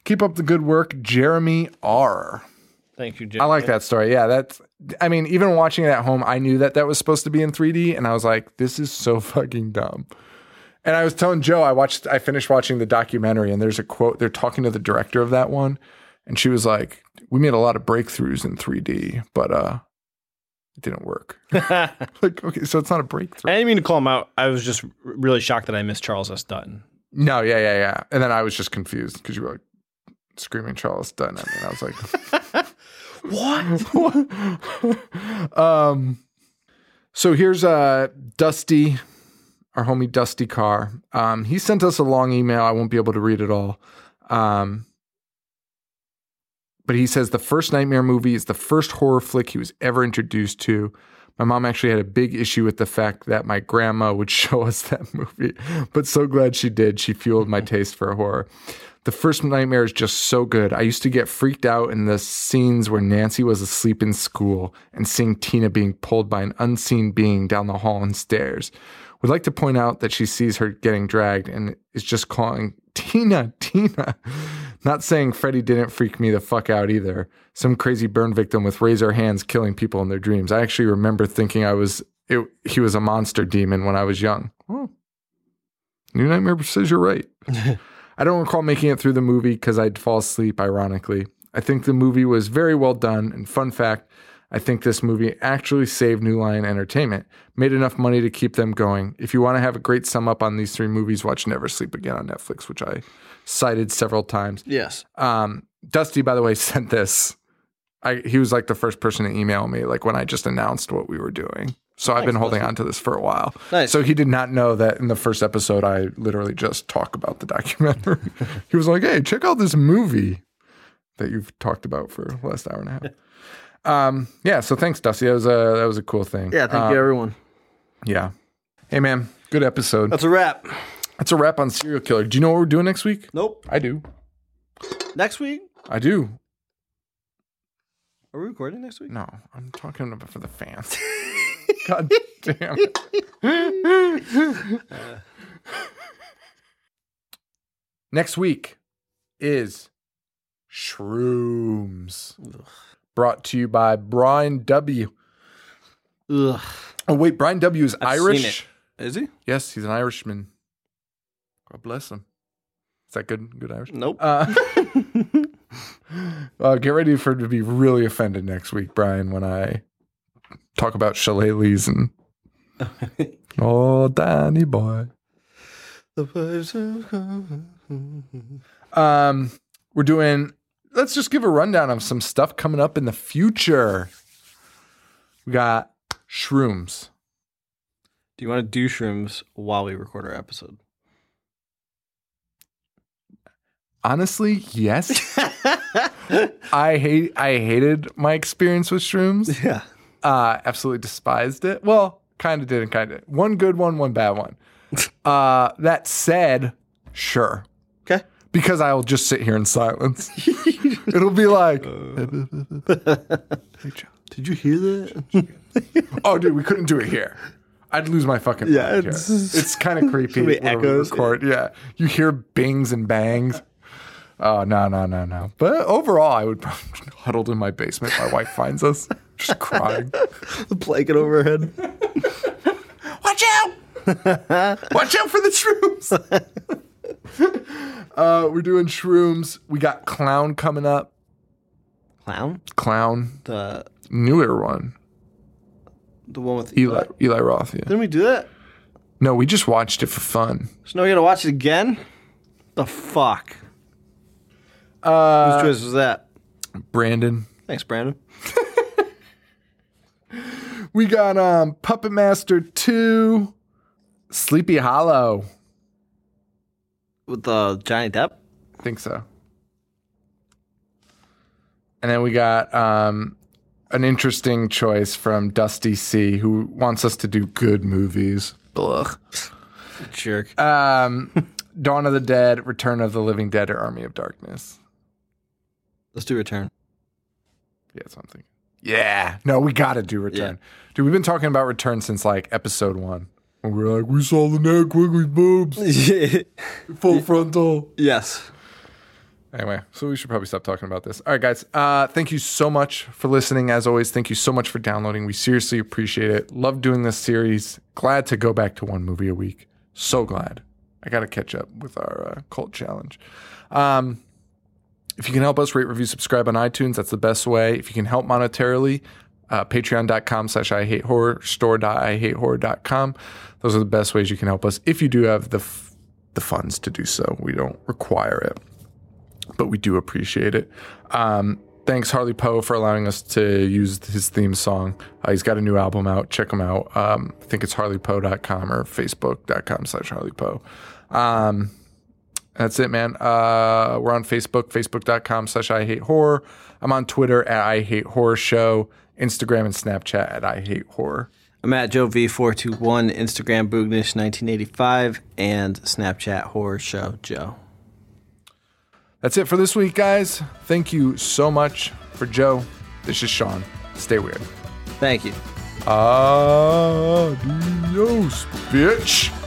Speaker 1: Keep up the good work, Jeremy R.
Speaker 2: Thank you, Jim.
Speaker 1: I like that story. Yeah, that's. I mean, even watching it at home, I knew that that was supposed to be in 3D, and I was like, "This is so fucking dumb." And I was telling Joe, I watched, I finished watching the documentary, and there's a quote. They're talking to the director of that one, and she was like, "We made a lot of breakthroughs in 3D, but uh, it didn't work." like, okay, so it's not a breakthrough.
Speaker 2: I didn't mean to call him out. I was just r- really shocked that I missed Charles S. Dutton.
Speaker 1: No, yeah, yeah, yeah. And then I was just confused because you were like screaming Charles Dutton at me, and I was like,
Speaker 2: What?
Speaker 1: um, so here's uh, Dusty, our homie Dusty Carr. Um, he sent us a long email. I won't be able to read it all. Um, but he says the first Nightmare movie is the first horror flick he was ever introduced to. My mom actually had a big issue with the fact that my grandma would show us that movie, but so glad she did. She fueled my taste for horror. The first nightmare is just so good. I used to get freaked out in the scenes where Nancy was asleep in school and seeing Tina being pulled by an unseen being down the hall and stairs. Would like to point out that she sees her getting dragged and is just calling Tina, Tina. Not saying Freddy didn't freak me the fuck out either. Some crazy burn victim with razor hands killing people in their dreams. I actually remember thinking I was it, he was a monster demon when I was young. Oh. New Nightmare says you're right. I don't recall making it through the movie because I'd fall asleep, ironically. I think the movie was very well done, and fun fact, I think this movie actually saved New Line Entertainment, made enough money to keep them going. If you want to have a great sum up on these three movies, watch Never Sleep Again on Netflix, which I cited several times.
Speaker 2: Yes.
Speaker 1: Um, Dusty, by the way, sent this. I, he was like the first person to email me, like when I just announced what we were doing. So I've been holding on to this for a while.
Speaker 2: Nice.
Speaker 1: So he did not know that in the first episode, I literally just talk about the documentary. he was like, "Hey, check out this movie that you've talked about for the last hour and a half." um, yeah. So thanks, Dusty. That was a that was a cool thing. Uh,
Speaker 2: Yeah, thank you, everyone.
Speaker 1: Yeah. Hey, man. Good episode.
Speaker 2: That's a wrap.
Speaker 1: That's a wrap on serial killer. Do you know what we're doing next week?
Speaker 2: Nope.
Speaker 1: I do.
Speaker 2: Next week?
Speaker 1: I do.
Speaker 2: Are we recording next week?
Speaker 1: No, I'm talking about for the fans. God damn. it. Next week is Shrooms. Brought to you by Brian W.
Speaker 2: Ugh.
Speaker 1: Oh wait, Brian W is
Speaker 3: I've seen
Speaker 1: Irish.
Speaker 3: Is he?
Speaker 1: Yes, he's an Irishman. God bless him. Is that good? Good Irish.
Speaker 3: Nope.
Speaker 1: Uh, well, Uh, get ready for to be really offended next week, Brian, when I talk about shillelaghs and oh, Danny boy.
Speaker 2: The person.
Speaker 1: Um, we're doing. Let's just give a rundown of some stuff coming up in the future. We got shrooms.
Speaker 3: Do you want to do shrooms while we record our episode?
Speaker 1: Honestly, yes. I hate. I hated my experience with shrooms.
Speaker 3: Yeah.
Speaker 1: uh, absolutely despised it. Well, kind of did and kind of one good one, one bad one. Uh, that said, sure,
Speaker 2: Okay.
Speaker 1: because I'll just sit here in silence. It'll be like,
Speaker 2: Uh. Did you hear that?
Speaker 1: oh, dude, we couldn't do it here. I'd lose my fucking
Speaker 2: Yeah,
Speaker 1: mind here.
Speaker 2: it's-
Speaker 1: It's, kind of creepy.
Speaker 2: many
Speaker 1: where we
Speaker 2: echoes,
Speaker 1: record. Yeah, you hear bings and bangs. Oh no no no no! But overall, I would probably huddled in my basement. My wife finds us just crying.
Speaker 2: the blanket over her head.
Speaker 1: Watch out! Watch out for the shrooms. uh, we're doing shrooms. We got clown coming up.
Speaker 2: Clown?
Speaker 1: Clown,
Speaker 2: The
Speaker 1: newer one.
Speaker 2: the one with
Speaker 1: Eli Eli Roth. Yeah.
Speaker 2: Didn't we do that?
Speaker 1: No, we just watched it for fun.
Speaker 2: So now we gotta watch it again? The fuck? Whose choice was that?
Speaker 1: Brandon.
Speaker 2: Thanks, Brandon.
Speaker 1: We got um Puppet Master Two, Sleepy Hollow.
Speaker 2: With uh, Johnny Depp?
Speaker 1: I think so. And then we got um, an interesting choice from Dusty C, who wants us to do good movies. Ugh.
Speaker 2: Jerk.
Speaker 1: Um, Dawn of the Dead, Return of the Living Dead, or Army of Darkness.
Speaker 2: Let's do Return.
Speaker 1: Yeah, something. Yeah. No, we got to do Return. Dude, we've been talking about Return since like episode one. When we were like, we saw the neck, wiggly boobs, full frontal.
Speaker 2: yes.
Speaker 1: Anyway, so we should probably stop talking about this. All right, guys. Uh, thank you so much for listening. As always, thank you so much for downloading. We seriously appreciate it. Love doing this series. Glad to go back to one movie a week. So glad. I got to catch up with our uh, cult challenge. Um, if you can help us rate, review, subscribe on iTunes, that's the best way. If you can help monetarily, uh, patreon.com slash I hate horror, store.ihatehorror.com. Those are the best ways you can help us if you do have the, f- the funds to do so. We don't require it but we do appreciate it. Um, thanks, Harley Poe, for allowing us to use his theme song. Uh, he's got a new album out. Check him out. Um, I think it's harleypoe.com or facebook.com slash Harley Poe. Um, that's it, man. Uh, we're on Facebook, facebook.com slash I Hate Horror. I'm on Twitter at I Hate Horror Show. Instagram and Snapchat at I Hate Horror.
Speaker 2: I'm at Joe V421, Instagram Boognish1985, and Snapchat Horror Show Joe.
Speaker 1: That's it for this week, guys. Thank you so much for Joe. This is Sean. Stay weird.
Speaker 2: Thank you.
Speaker 1: Adios, bitch.